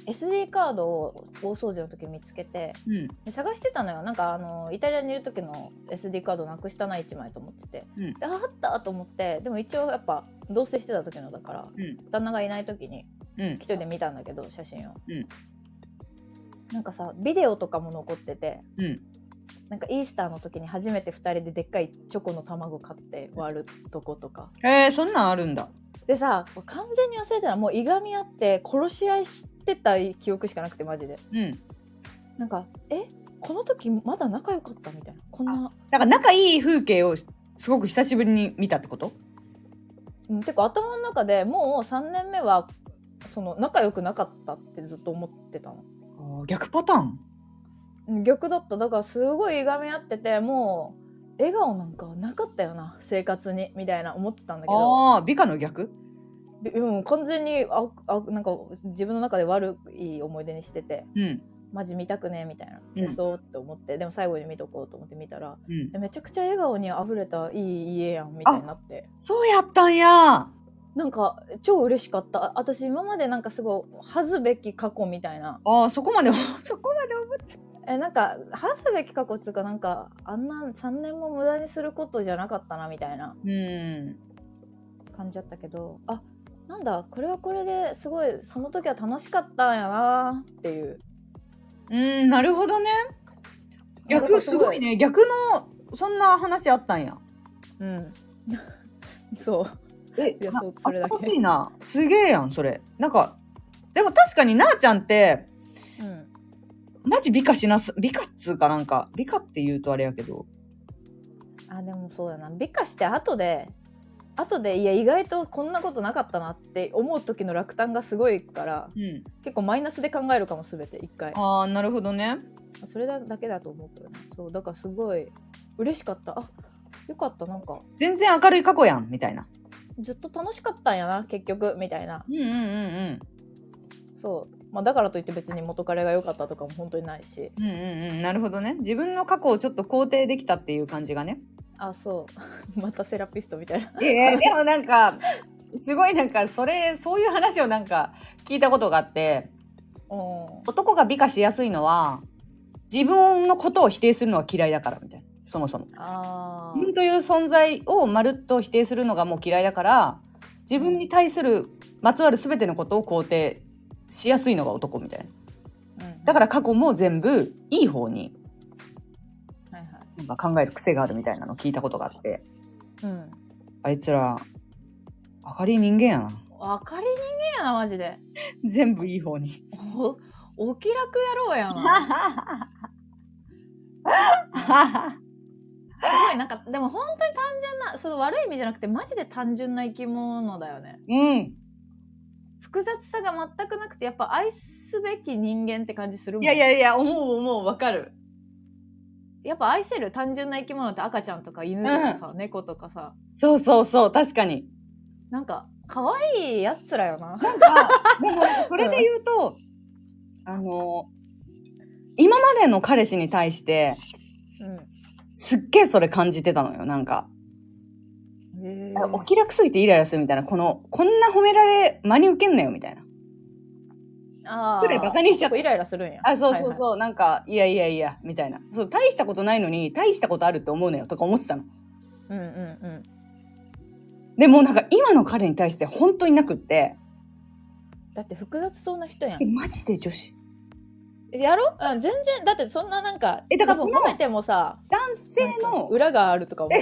Speaker 2: SD カードを大掃除の時見つけて
Speaker 1: うん
Speaker 2: で探してたのよなんかあのイタリアにいる時の SD カードなくしたな1枚と思ってて、
Speaker 1: うん
Speaker 2: でああったと思ってでも一応やっぱ同棲してた時のだから、
Speaker 1: うん
Speaker 2: 旦那がいない時に
Speaker 1: うん
Speaker 2: 一人で見たんだけど写真を、
Speaker 1: うん
Speaker 2: なんかさビデオとかも残ってて
Speaker 1: うん
Speaker 2: なんかイースターの時に初めて2人ででっかいチョコの卵買って割るとことか
Speaker 1: えー、そんなんあるんだ
Speaker 2: でさ完全に忘れてたらもういがみ合って殺し合いしてた記憶しかなくてマジで
Speaker 1: うん
Speaker 2: なんかえこの時まだ仲良かったみたいなこんな
Speaker 1: だから仲いい風景をすごく久しぶりに見たってこと
Speaker 2: うんてか頭の中でもう3年目はその仲良くなかったってずっと思ってたの
Speaker 1: あー逆パターン
Speaker 2: うん逆だっただからすごいいがみ合っててもう笑顔なんかなかったよな生活にみたいな思ってたんだけど
Speaker 1: ああ美化の逆
Speaker 2: びうん、完全にああなんか自分の中で悪い思い出にしてて
Speaker 1: うん
Speaker 2: マジ見たくねえみたいな、
Speaker 1: うん
Speaker 2: そうって思ってでも最後に見とこうと思って見たら
Speaker 1: うん
Speaker 2: えめちゃくちゃ笑顔にあふれたいい家やんみたいになって
Speaker 1: そうやったんや
Speaker 2: なんか超嬉しかったあ私今までなんかすごい恥ずべき過去みたいな
Speaker 1: あーそこまで そこまで思って
Speaker 2: えなんか恥ずべき過去っつうかなんかあんな3年も無駄にすることじゃなかったなみたいな
Speaker 1: うん
Speaker 2: 感じだったけどあなんだこれはこれですごいその時は楽しかったんやなっていう
Speaker 1: うんなるほどね
Speaker 2: なんか
Speaker 1: 逆すごいね逆のそんな話あったんや
Speaker 2: うん そう
Speaker 1: え
Speaker 2: いやそうそれだけ
Speaker 1: 欲しいなすげえやんそれなんかでも確かになあちゃんって
Speaker 2: うん
Speaker 1: マジ美化しなす美化っつうかなんか美化って言うとあれやけど
Speaker 2: あでもそうだな美化して後で後でいや意外とこんなことなかったなって思う時の落胆がすごいから
Speaker 1: うん
Speaker 2: 結構マイナスで考えるかも全て一回
Speaker 1: ああなるほどね
Speaker 2: それだけだと思うけどねそうだからすごい嬉しかったあよかったなんか
Speaker 1: 全然明るい過去やんみたいな
Speaker 2: ずっと楽しかったんやな結局みたいな
Speaker 1: うんうんうん
Speaker 2: そう、まあ、だからといって別に元彼が良かったとかも本当にないし
Speaker 1: うんうんうんうんなるほどね自分の過去をちょっと肯定できたっていう感じがね
Speaker 2: あそう またセラピストみたいな
Speaker 1: ええでもなんかすごいなんかそれそういう話をなんか聞いたことがあって
Speaker 2: うん
Speaker 1: 男が美化しやすいのは自分のことを否定するのは嫌いだからみたいなそもそも。
Speaker 2: あ
Speaker 1: 自分という存在をまるっと否定するのがもう嫌いだから自分に対するまつわる全てのことを肯定しやすいのが男みたいな。だ
Speaker 2: か
Speaker 1: から過去も全部いい方に
Speaker 2: ら、はいはい
Speaker 1: なんか考える癖があるみたいなのを聞いたことがあって
Speaker 2: うん、
Speaker 1: あいつら明るい人間やな。
Speaker 2: 明かり人間やなマジで
Speaker 1: 全部いい方に。
Speaker 2: おお気楽や ろうやなすごいなんかでも本当に単純なその悪い意味じゃなくてマジで単純な生き物だよね
Speaker 1: うん。
Speaker 2: 複雑さが全くなくてやっぱ愛すべき人間って感じするもん
Speaker 1: いやいやいや、思う思う、わかる。
Speaker 2: やっぱ愛せる単純な生き物って赤ちゃんとか犬とかさ、猫とかさ
Speaker 1: そうそうそう、確かに。
Speaker 2: なんか可愛いやつらよ
Speaker 1: な
Speaker 2: な
Speaker 1: んか、でもなんかそれで言うと、あの、今までの彼氏に対して、
Speaker 2: う
Speaker 1: すっげえそれ感じてたのよ、なんか。
Speaker 2: んへえ
Speaker 1: あお気楽すぎてイライラするみたいな、この、こんな褒められ、真に受けんなよ、みたいな。
Speaker 2: あ
Speaker 1: ぐらいバカにしちゃっ
Speaker 2: 結構イライラするんや
Speaker 1: あ、そうそうそう、
Speaker 2: う、
Speaker 1: なんか、いやいやいや、みたいな。そう、大したことないのに、大したことあるって思うのよ、とか思ってたの。
Speaker 2: はいはいうんうんうん
Speaker 1: でもなんか、今の彼に対して本当になくって、
Speaker 2: だって複雑そうな人やん
Speaker 1: えマジで女子。
Speaker 2: やろうん全然だってそんななんか
Speaker 1: えだから
Speaker 2: 多分
Speaker 1: その
Speaker 2: 褒めてもさ
Speaker 1: 男性
Speaker 2: なんか
Speaker 1: の
Speaker 2: 裏があるとか思う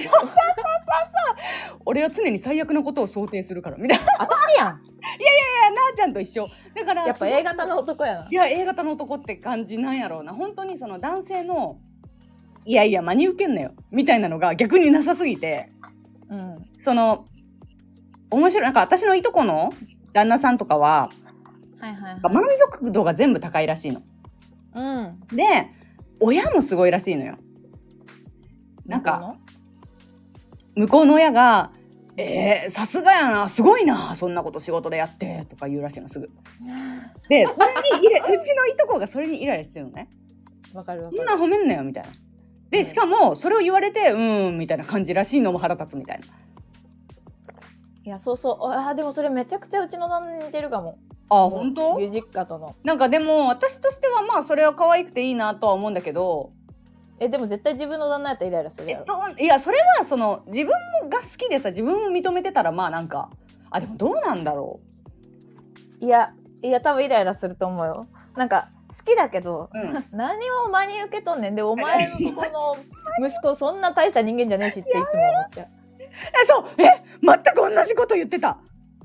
Speaker 1: 俺は常に最悪なことを想定するからみたいな
Speaker 2: 私やん
Speaker 1: なあちゃんと一緒だから
Speaker 2: やっぱ A 型の男やない
Speaker 1: や A 型の男って感じなんやろうな本当にその男性のいやいや真に受けんなよみたいなのが逆になさすぎて
Speaker 2: うん
Speaker 1: その面白いなんか私のいとこの旦那さんとかは
Speaker 2: はいはい
Speaker 1: なんか満足度が全部高いらしいの。
Speaker 2: うん
Speaker 1: で親もすごいらしいのよ。なんか向こうの親が「えー、さすがやなすごいなそんなこと仕事でやって」とか言うらしいのすぐ。でそれにイラうちのいとこがそれにイライラしてるのね。
Speaker 2: わかるわ
Speaker 1: そん
Speaker 2: か
Speaker 1: な
Speaker 2: る
Speaker 1: ん褒めんなよみたいな。でしかもそれを言われて「うーん」みたいな感じらしいのも腹立つみたいな。
Speaker 2: いやそうそうあーでもそれめちゃくちゃうちの旦那に似てるかも
Speaker 1: あ本当
Speaker 2: ミュージッカとの
Speaker 1: なんかでも私としてはまあそれは可愛くていいなとは思うんだけど
Speaker 2: えでも絶対自分の旦那やったらイライラする
Speaker 1: え
Speaker 2: やろ
Speaker 1: どういやそれはその自分が好きでさ自分を認めてたらまあなんかあでもどうなんだろ
Speaker 2: いやいや多分イライラすると思うよなんか好きだけど
Speaker 1: う、うん、
Speaker 2: 何を真に受けとんねんでお前のとこの息子そんな大した人間じゃねえしっていつも思っちゃ
Speaker 1: えそうえ全く同じこと言ってた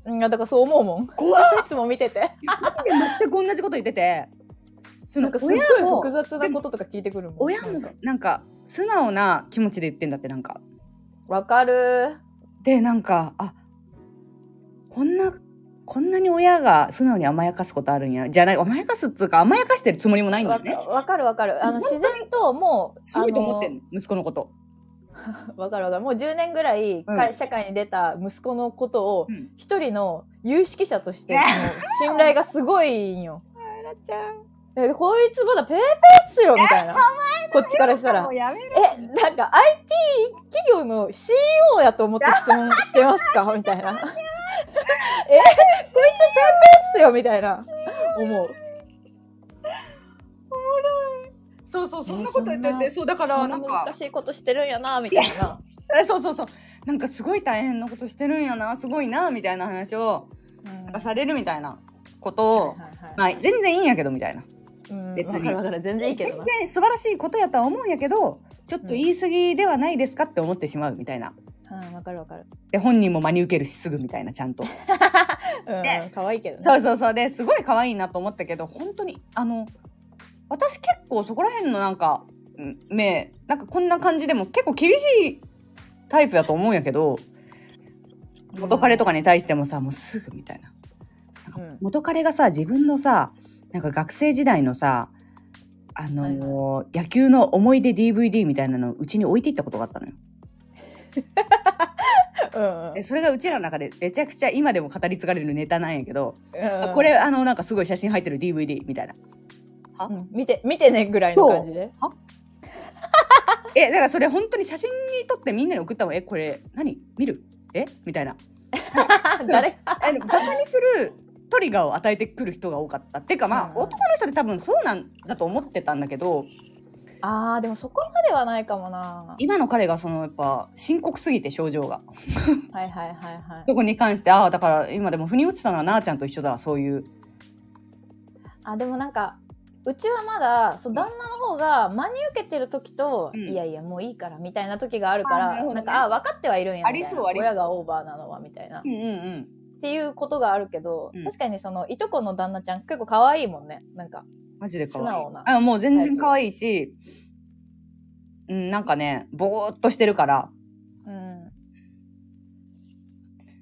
Speaker 2: ううんいやだからそう思うもんい
Speaker 1: 怖っ
Speaker 2: つも見てて
Speaker 1: マジで全く同じこと言っててそ
Speaker 2: なん
Speaker 1: の
Speaker 2: かすっごい
Speaker 1: 親も
Speaker 2: 複雑なこととか聞いてくるもん
Speaker 1: 親もなんか素直な気持ちで言ってんだってなんか
Speaker 2: わかる
Speaker 1: でなんかあこんなこんなに親が素直に甘やかすことあるんやじゃない甘やかすっつうか甘やかしてるつもりもないんだ
Speaker 2: わ
Speaker 1: よね
Speaker 2: かわかるわかるあ
Speaker 1: 本
Speaker 2: の
Speaker 1: 当
Speaker 2: 自
Speaker 1: に
Speaker 2: 然ともう
Speaker 1: すごいと思ってんの息子のこと
Speaker 2: あのわかるわかるもう10年ぐらい、
Speaker 1: うん
Speaker 2: 会社会に出た息子のことを
Speaker 1: うん
Speaker 2: 一人の有識者 としてもう信頼がすごいんよえこいつまだペーペーっすよみ たいなこっちからしたら
Speaker 1: やめろ
Speaker 2: え、なんか IT 企業の CEO やと思って質問してますかみたい な。え、こいつペーペーっすよみたいな。思う。
Speaker 1: そうそうそん
Speaker 2: え
Speaker 1: なこと言って
Speaker 2: そん
Speaker 1: て
Speaker 2: な
Speaker 1: そうだか
Speaker 2: そ
Speaker 1: ら
Speaker 2: ん
Speaker 1: な
Speaker 2: なん
Speaker 1: か
Speaker 2: 難しいことしてるんやな、みたいな。
Speaker 1: えそうそうそうなんかすごい大変なことしてるんやなすごいなみたいな話を
Speaker 2: うん
Speaker 1: なんかされるみたいなことを、ま
Speaker 2: は
Speaker 1: あ
Speaker 2: いはい
Speaker 1: 全然いいんやけどみたいな
Speaker 2: うん
Speaker 1: 別に
Speaker 2: わかるわかる。全然いいけど
Speaker 1: 全
Speaker 2: な。
Speaker 1: 然素晴らしいことやとは思うんやけどちょっと言い過ぎではないですかって思ってしまうみたいな
Speaker 2: うん、わかるわかる。
Speaker 1: で本人も真に受けるしすぐみたいなちゃんと
Speaker 2: うんうん、可愛いけどね。
Speaker 1: そうそうそうですごい可愛いなと思ったけど本当にあの私結構そこら辺のなんかん目なんかこんな感じでも結構厳しいタイプやと思うんやけど
Speaker 2: うん
Speaker 1: 元彼とかに対してもさもうすぐみたいな
Speaker 2: うん
Speaker 1: 元彼がさ自分のさなんか学生時代のさあのー野球の思い出 DVD みたいなのをうちに置いていったことがあったのよ。
Speaker 2: うんうん
Speaker 1: でそれがうちらの中でめちゃくちゃ今でも語り継がれるネタなんやけど、あ
Speaker 2: うん
Speaker 1: これあのなんかすごい写真入ってる DVD みたいな。
Speaker 2: うん見て、見てねぐらいの感じで。
Speaker 1: はえだからそれ本当に写真に撮ってみんなに送ったもんえこれ何見るえみたいなう
Speaker 2: 誰が
Speaker 1: あのバカにするトリガーを与えてくる人が多かったっていうかまあ、
Speaker 2: うんうん
Speaker 1: 男の人で多分そうなんだと思ってたんだけど
Speaker 2: あー、でもそこまではないかもな。
Speaker 1: 今の彼がそのやっぱ深刻すぎて症状が
Speaker 2: はいはいはいはい。
Speaker 1: そこに関してああだから今でも腑に落ちたのはなあちゃんと一緒だそういう
Speaker 2: あでもなんかうちはまだそう旦那の方が真に受けてる時と、
Speaker 1: うん
Speaker 2: いやいやもういいからみたいな時があるか
Speaker 1: あな
Speaker 2: ら
Speaker 1: る
Speaker 2: な,、
Speaker 1: ほどね
Speaker 2: んかあ分かってはいるんやみたいな
Speaker 1: ありそうありそう
Speaker 2: 親がオーバーなのはみたいな、
Speaker 1: う
Speaker 2: っ
Speaker 1: んうんうん
Speaker 2: ていうことがあるけど、
Speaker 1: うん
Speaker 2: 確かにそのいとこの旦那ちゃん結構可愛いもんねなんか
Speaker 1: マジで可愛い
Speaker 2: 素直な
Speaker 1: あもう全然可愛いし、うん、なんかねぼーっとしてるから
Speaker 2: うん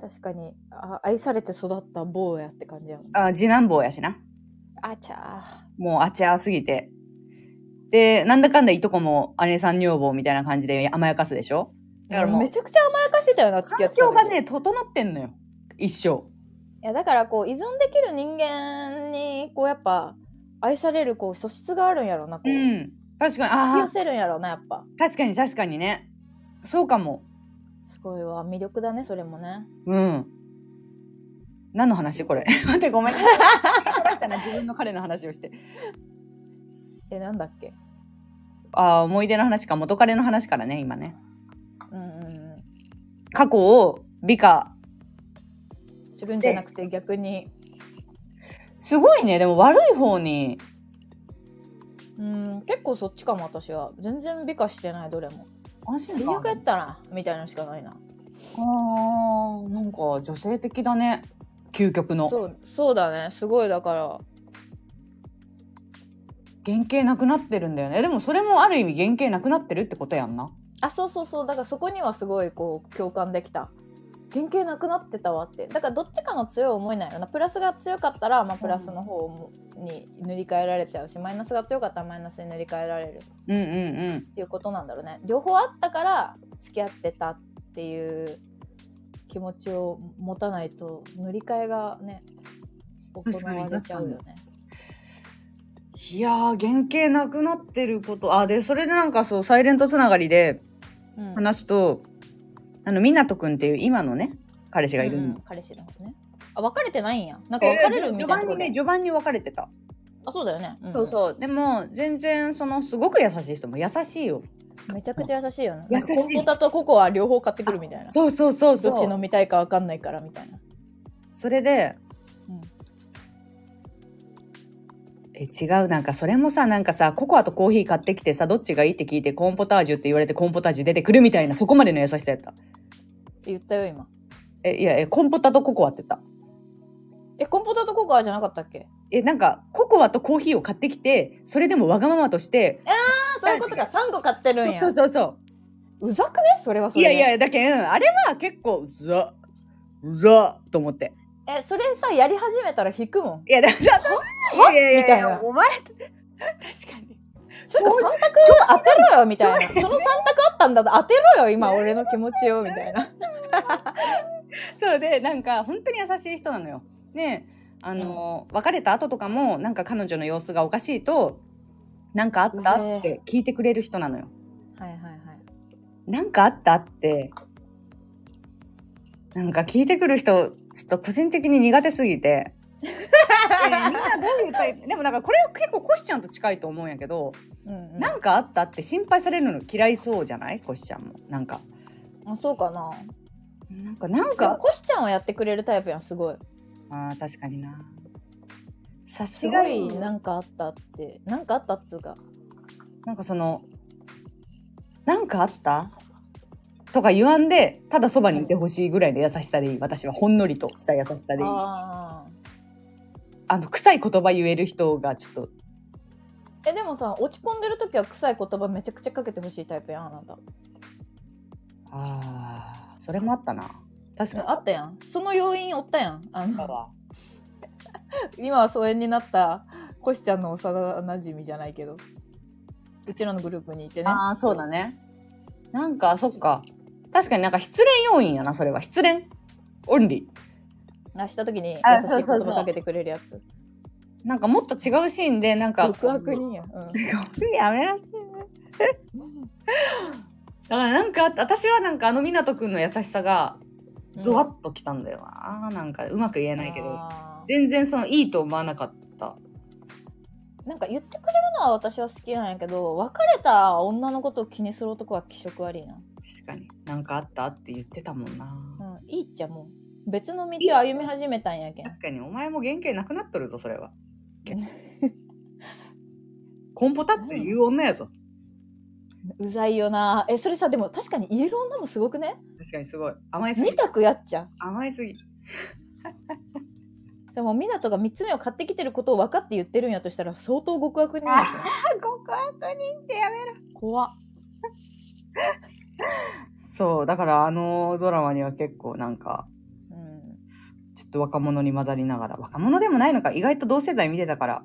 Speaker 2: 確かにあ愛されて育った坊やって感じやもん
Speaker 1: あ次男坊やしな
Speaker 2: あちゃ
Speaker 1: もうあちゃーすぎて。で、なんだかんだいとこも姉さん女房みたいな感じで甘やかすでしょ
Speaker 2: ー
Speaker 1: だからもう
Speaker 2: めちゃくちゃ甘やかしてたよな付き合
Speaker 1: 環
Speaker 2: ってた
Speaker 1: 境が
Speaker 2: 時
Speaker 1: ね、整ってんのよ。一生。
Speaker 2: いやだからこう依存できる人間にこうやっぱ愛されるこう素質があるんやろなこう、
Speaker 1: う
Speaker 2: 引き
Speaker 1: ん。確かに、
Speaker 2: 寄
Speaker 1: ああ、
Speaker 2: せるんやろなやっぱ
Speaker 1: 確かに確かにね。そうかも。
Speaker 2: すごいわ魅力だねそれもね
Speaker 1: うん。何の話これ。 待って、ごめん。自分の彼の話をして。
Speaker 2: えなんだっけ
Speaker 1: ああ、思い出の話か、元彼の話からね、今ね。
Speaker 2: うんうんう
Speaker 1: 過去を美化。
Speaker 2: んするんじゃなくて逆に
Speaker 1: すごいね、でも悪い方に。
Speaker 2: うん結構そっちかも私は全然美化してないどれも
Speaker 1: 安心
Speaker 2: 最
Speaker 1: 感
Speaker 2: 悪やったなみたいなのしかないな
Speaker 1: あーなんか女性的だね究極の
Speaker 2: そうそうだねすごいだから
Speaker 1: 原型なくなってるんだよね。でもそれもある意味原型なくなってるってことやんな。
Speaker 2: あそうそうそうだからそこにはすごいこう共感できた原型なくなってたわってだからどっちかの強い思いなんよなプラスが強かったら、まあ、プラスの方もに塗り替えられちゃうしマイナスが強かったらマイナスに塗り替えられる
Speaker 1: うんうんうん。
Speaker 2: っていうことなんだろうね両方あったから付き合ってたっていう気持ちを持たないと塗り替えがね行
Speaker 1: 確かに
Speaker 2: われちゃうよね
Speaker 1: いやー、原型なくなってること。あ、で、それでなんかそう、サイレントつながりで
Speaker 2: うん
Speaker 1: 話すと、あの、みなとくんっていう今のね、彼氏がいる
Speaker 2: うんん
Speaker 1: だ。
Speaker 2: 彼氏の方ねあ別れてないんやなんか
Speaker 1: え
Speaker 2: 別
Speaker 1: ー
Speaker 2: れるみた
Speaker 1: 序
Speaker 2: いなと
Speaker 1: 盤
Speaker 2: こ
Speaker 1: に
Speaker 2: で、
Speaker 1: ね、序盤に分かれてた。
Speaker 2: あそうだよね、んん
Speaker 1: そうそう。でも、全然、その、すごく優しい人も優しいよ。
Speaker 2: めちゃくちゃ優しいよね。
Speaker 1: 優しい
Speaker 2: なんかコンポタとココア両方買ってくるみたいな。
Speaker 1: そうそうそうそう。
Speaker 2: どっち飲みたいかわかんないからみたいな。
Speaker 1: それで、
Speaker 2: うん
Speaker 1: え違うなんかそれもさなんかさココアとコーヒー買ってきてさどっちがいいって聞いてコーンポタージュって言われてコーンポタージュ出てくるみたいなそこまでの優しさやった
Speaker 2: 言ったよ今。
Speaker 1: えいやえコンポタとココアって言った
Speaker 2: え、コンポタとココアじゃなかったっけ
Speaker 1: えなんかココアとコーヒーを買ってきてそれでもわがままとして
Speaker 2: あ、そういうことか。3個買ってるんや
Speaker 1: そう。そうそう
Speaker 2: ざくねそれはそう
Speaker 1: い
Speaker 2: れ
Speaker 1: や
Speaker 2: で。
Speaker 1: いやだけんあれは結構うざうざと思って
Speaker 2: や。え、それさ、やり始めたら引くもん。
Speaker 1: いやだだだいやいや
Speaker 2: みたいな
Speaker 1: お前確かに
Speaker 2: それか3択当てろよみたいな。その3択あったんだ当てろよ今俺の気持ちをみたいな。
Speaker 1: そうでなんか本当に優しい人なのよ。ねあの、別れた後とかもなんか彼女の様子がおかしいと「なんかあった?」
Speaker 2: うぜえ
Speaker 1: って聞いてくれる人なのよ。
Speaker 2: はいはいはい。
Speaker 1: なんかあったってなんか聞いてくる人ちょっと個人的に苦手すぎ て。えーみんなどういうタイプでもなんかこれ結構コシちゃんと近いと思うんやけど、
Speaker 2: うん、う
Speaker 1: なんかあったって心配されるの嫌いそうじゃないコシちゃんもなんか
Speaker 2: ん。あ、そうかな。
Speaker 1: なんかなん
Speaker 2: でも
Speaker 1: か
Speaker 2: コシちゃんはやってくれるタイプやん、すごい。
Speaker 1: あー確かにな察
Speaker 2: す
Speaker 1: し
Speaker 2: ご
Speaker 1: が
Speaker 2: い
Speaker 1: いい
Speaker 2: なんかあったって。なんかあったっつうか。
Speaker 1: なんかその、なんかあったとか言わんで、ただそばにいてほしいぐらいの優しさでいい。私はほんのりとした優しさでいい。あ
Speaker 2: ああ。
Speaker 1: の、臭い言葉言える人がちょっと、
Speaker 2: えでもさ落ち込んでる時は臭い言葉めちゃくちゃかけてほしいタイプやんあなた
Speaker 1: ああ、それもあったな。確かに。
Speaker 2: あったやんその要因おったやんあ
Speaker 1: た
Speaker 2: の
Speaker 1: わ。
Speaker 2: 今は疎遠になったコシちゃんの幼なじみじゃないけどうちらのグループにいてね
Speaker 1: ああ、そうだね。なんか、そっか。確かになんか失恋要因やな、それは。失恋オンリー。
Speaker 2: あした時に優しい
Speaker 1: あそう
Speaker 2: 言
Speaker 1: そうそう
Speaker 2: 葉かけてくれるやつ
Speaker 1: なんかもっと違うシーンで、なんか。
Speaker 2: 極悪人やん、
Speaker 1: やめなさい。
Speaker 2: う
Speaker 1: だからなんかあった、私はなんかあの湊くんの優しさが、
Speaker 2: ん、
Speaker 1: ドワッときたんだよな、なんかうまく言えないけど
Speaker 2: あー
Speaker 1: 全然そのいいと思わなかった
Speaker 2: なんか言ってくれるのは私は好きなんやけど別れた女のことを気にする男は気色悪いな、
Speaker 1: 確かになんかあったって言ってたもんな
Speaker 2: うん、いいっちゃもう別の道を歩み始めたんやけん
Speaker 1: 確かにお前も原型なくなっとるぞそれは コンポタっていう女やぞ
Speaker 2: うざいよなえそれさでも確かに言える女もすごくね
Speaker 1: 確かにすごい甘いすぎ
Speaker 2: 2択やっちゃ
Speaker 1: 甘いすぎ
Speaker 2: うでも湊が3つ目を買ってきてることを分かって言ってるんやとしたら相当極悪人ですよ
Speaker 1: 告白人ってやめろ
Speaker 2: 怖っ
Speaker 1: そうだからあのドラマには結構なんか
Speaker 2: うん
Speaker 1: ちょっと若者に混ざりながら若者でもないのか意外と同世代見てたから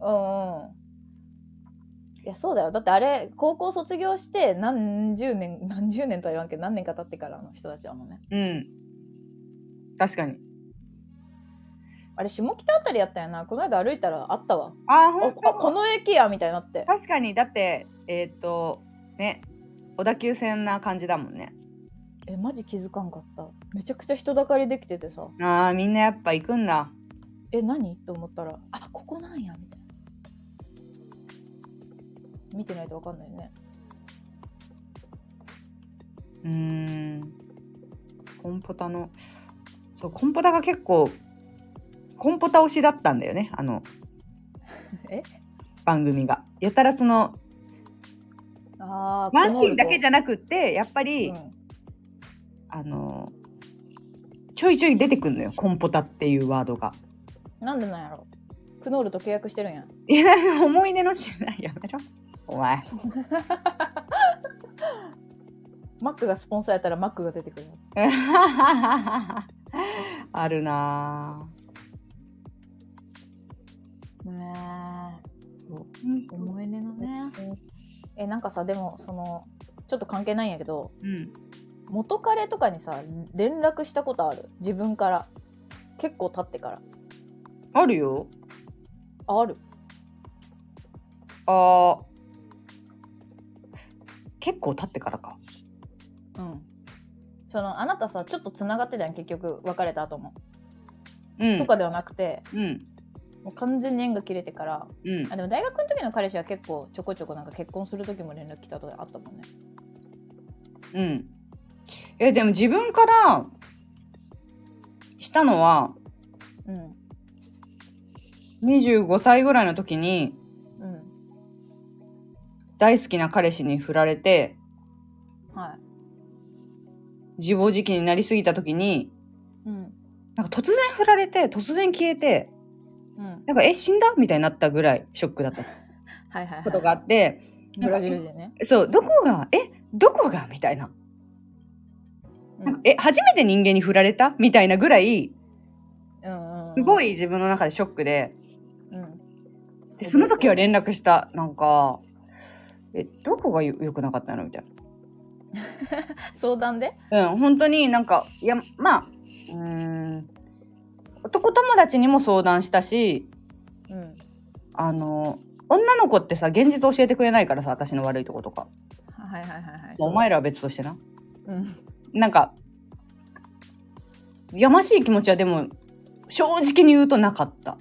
Speaker 2: うんうんいやそうだよだってあれ高校卒業して何十年何十年とは言わんけど何年か経ってからの人たちはもうね
Speaker 1: うん確かに
Speaker 2: あれ下北あたりやったよなこの間歩いたらあったわ
Speaker 1: ああ
Speaker 2: ああこの駅やみたいになって
Speaker 1: 確かにだってえーっ、とね小田急線な感じだもんね
Speaker 2: えマジ気づかんかっためちゃくちゃ人だかりできててさ
Speaker 1: あーみんなやっぱ行くんだ
Speaker 2: え何と思ったらあここなんやみたいな見てないと分かんないよね
Speaker 1: うーんコンポタのそうコンポタが結構コンポタ推しだったんだよねあの
Speaker 2: え
Speaker 1: 番組がやたらその
Speaker 2: あ
Speaker 1: ワンシーンだけじ
Speaker 2: ゃ
Speaker 1: ゃなくってやっぱり、
Speaker 2: うん、
Speaker 1: あのちょいちょい出てくんのよコンポタっていうワードが
Speaker 2: なんでなんやろクノールと契約してるんや
Speaker 1: いや、なんか思い出の品、やめろ。お前。
Speaker 2: マックがスポンサーやったらマックが出てくる やつ
Speaker 1: あるな
Speaker 2: ねえ
Speaker 1: ぁ。
Speaker 2: 思い出のねえなんかさでもそのちょっと関係ないんやけど
Speaker 1: うん。
Speaker 2: 元彼とかにさ連絡したことある自分から結構経ってから
Speaker 1: あるよ。
Speaker 2: あある
Speaker 1: あ結構経ってからか。
Speaker 2: うんそのあなたさちょっとつながってたやん結局別れた後も、
Speaker 1: うん。
Speaker 2: とかではなくて
Speaker 1: うん。
Speaker 2: もう完全に縁が切れてから
Speaker 1: うん
Speaker 2: あ。でも大学の時の彼氏は結構ちょこちょこなんか結婚する時も連絡来たとかあったもんね
Speaker 1: うん。え、でも自分からしたのは、
Speaker 2: うん
Speaker 1: 25歳ぐらいの時に
Speaker 2: うん
Speaker 1: 大好きな彼氏に振られて、
Speaker 2: はい
Speaker 1: 自暴自棄になりすぎた時に、
Speaker 2: うん
Speaker 1: なんか突然振られて、突然消えて、
Speaker 2: うん
Speaker 1: なんか、え、死んだみたいになったぐらいショックだった
Speaker 2: はいはい、はい、
Speaker 1: ことがあって、
Speaker 2: ブラジル人ね
Speaker 1: そう、どこが、え、どこがみたいな。なんか、え、初めて人間に振られたみたいなぐらい、
Speaker 2: うんうん
Speaker 1: すご
Speaker 2: い、
Speaker 1: い自分の中でショックで、
Speaker 2: うん、
Speaker 1: で、その時は連絡した。なんか、え、どこがよ良くなかったのみたい
Speaker 2: 相談で
Speaker 1: な。うん、本当になんか、いや、まあ、うーん、男友達にも相談したし、
Speaker 2: うん
Speaker 1: あの、女の子ってさ、現実教えてくれないからさ、私の悪いとことか。
Speaker 2: はいはいはいはい
Speaker 1: お前らは別としてな。
Speaker 2: うん
Speaker 1: なんか、やましい気持ちはでも、正直に言うとなかった。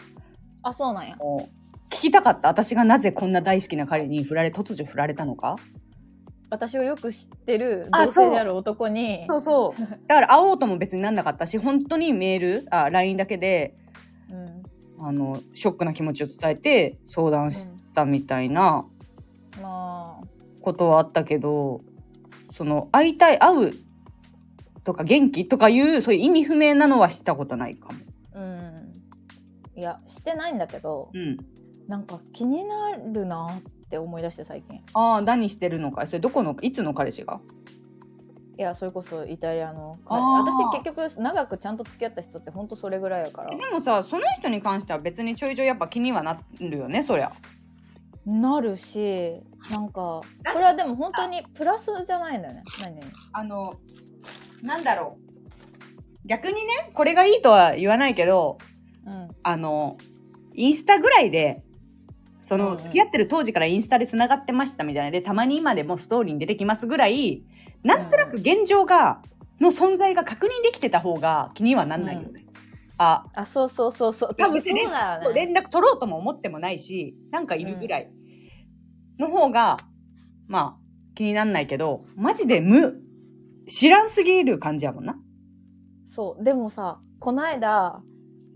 Speaker 2: あそうなんや
Speaker 1: もう聞きたかった。私がなぜこんな大好きな彼に振られ、突如振られたのか
Speaker 2: 私をよく知ってる
Speaker 1: あ
Speaker 2: 同性である男に
Speaker 1: そうそう。だから会おうとも別になんなかったし、本当にメール、あ、LINE だけで、
Speaker 2: うん
Speaker 1: あの、ショックな気持ちを伝えて相談したみたいな
Speaker 2: まあ
Speaker 1: ことはあったけど、その、会いたい、会うとか元気とかいう、そういう意味不明なのはしたことないかも。
Speaker 2: うんいやしてないんだけど
Speaker 1: うん。
Speaker 2: なんか気になるなって思い出して最近
Speaker 1: ああ、何してるのかいそれどこの、いつの彼氏が
Speaker 2: いやそれこそイタリアの彼
Speaker 1: あー
Speaker 2: 私結局長くちゃんと付き合った人ってほんとそれぐらいやから
Speaker 1: でもさその人に関しては別にちょいちょいやっぱ気にはなるよねそりゃ
Speaker 2: なるしなんかこれはでも本当にプラスじゃないんだよね何々
Speaker 1: あのなんだろう逆にねこれがいいとは言わないけど
Speaker 2: うん
Speaker 1: あのインスタぐらいでそ
Speaker 2: うん
Speaker 1: の
Speaker 2: うん
Speaker 1: 付き合ってる当時からインスタでつながってましたみたいなでたまに今でもストーリーに出てきますぐらいなんとなく現状がの存在が確認できてた方が気にはなんないよね、あ
Speaker 2: あそうそうそうそう多分そうだ
Speaker 1: そ
Speaker 2: よ
Speaker 1: う
Speaker 2: ね
Speaker 1: 連絡取ろうとも思ってもないしなんかいるぐらいの方が、まあ気になんないけどマジで無知らんすぎる感じやもんな。
Speaker 2: そうでもさこないだ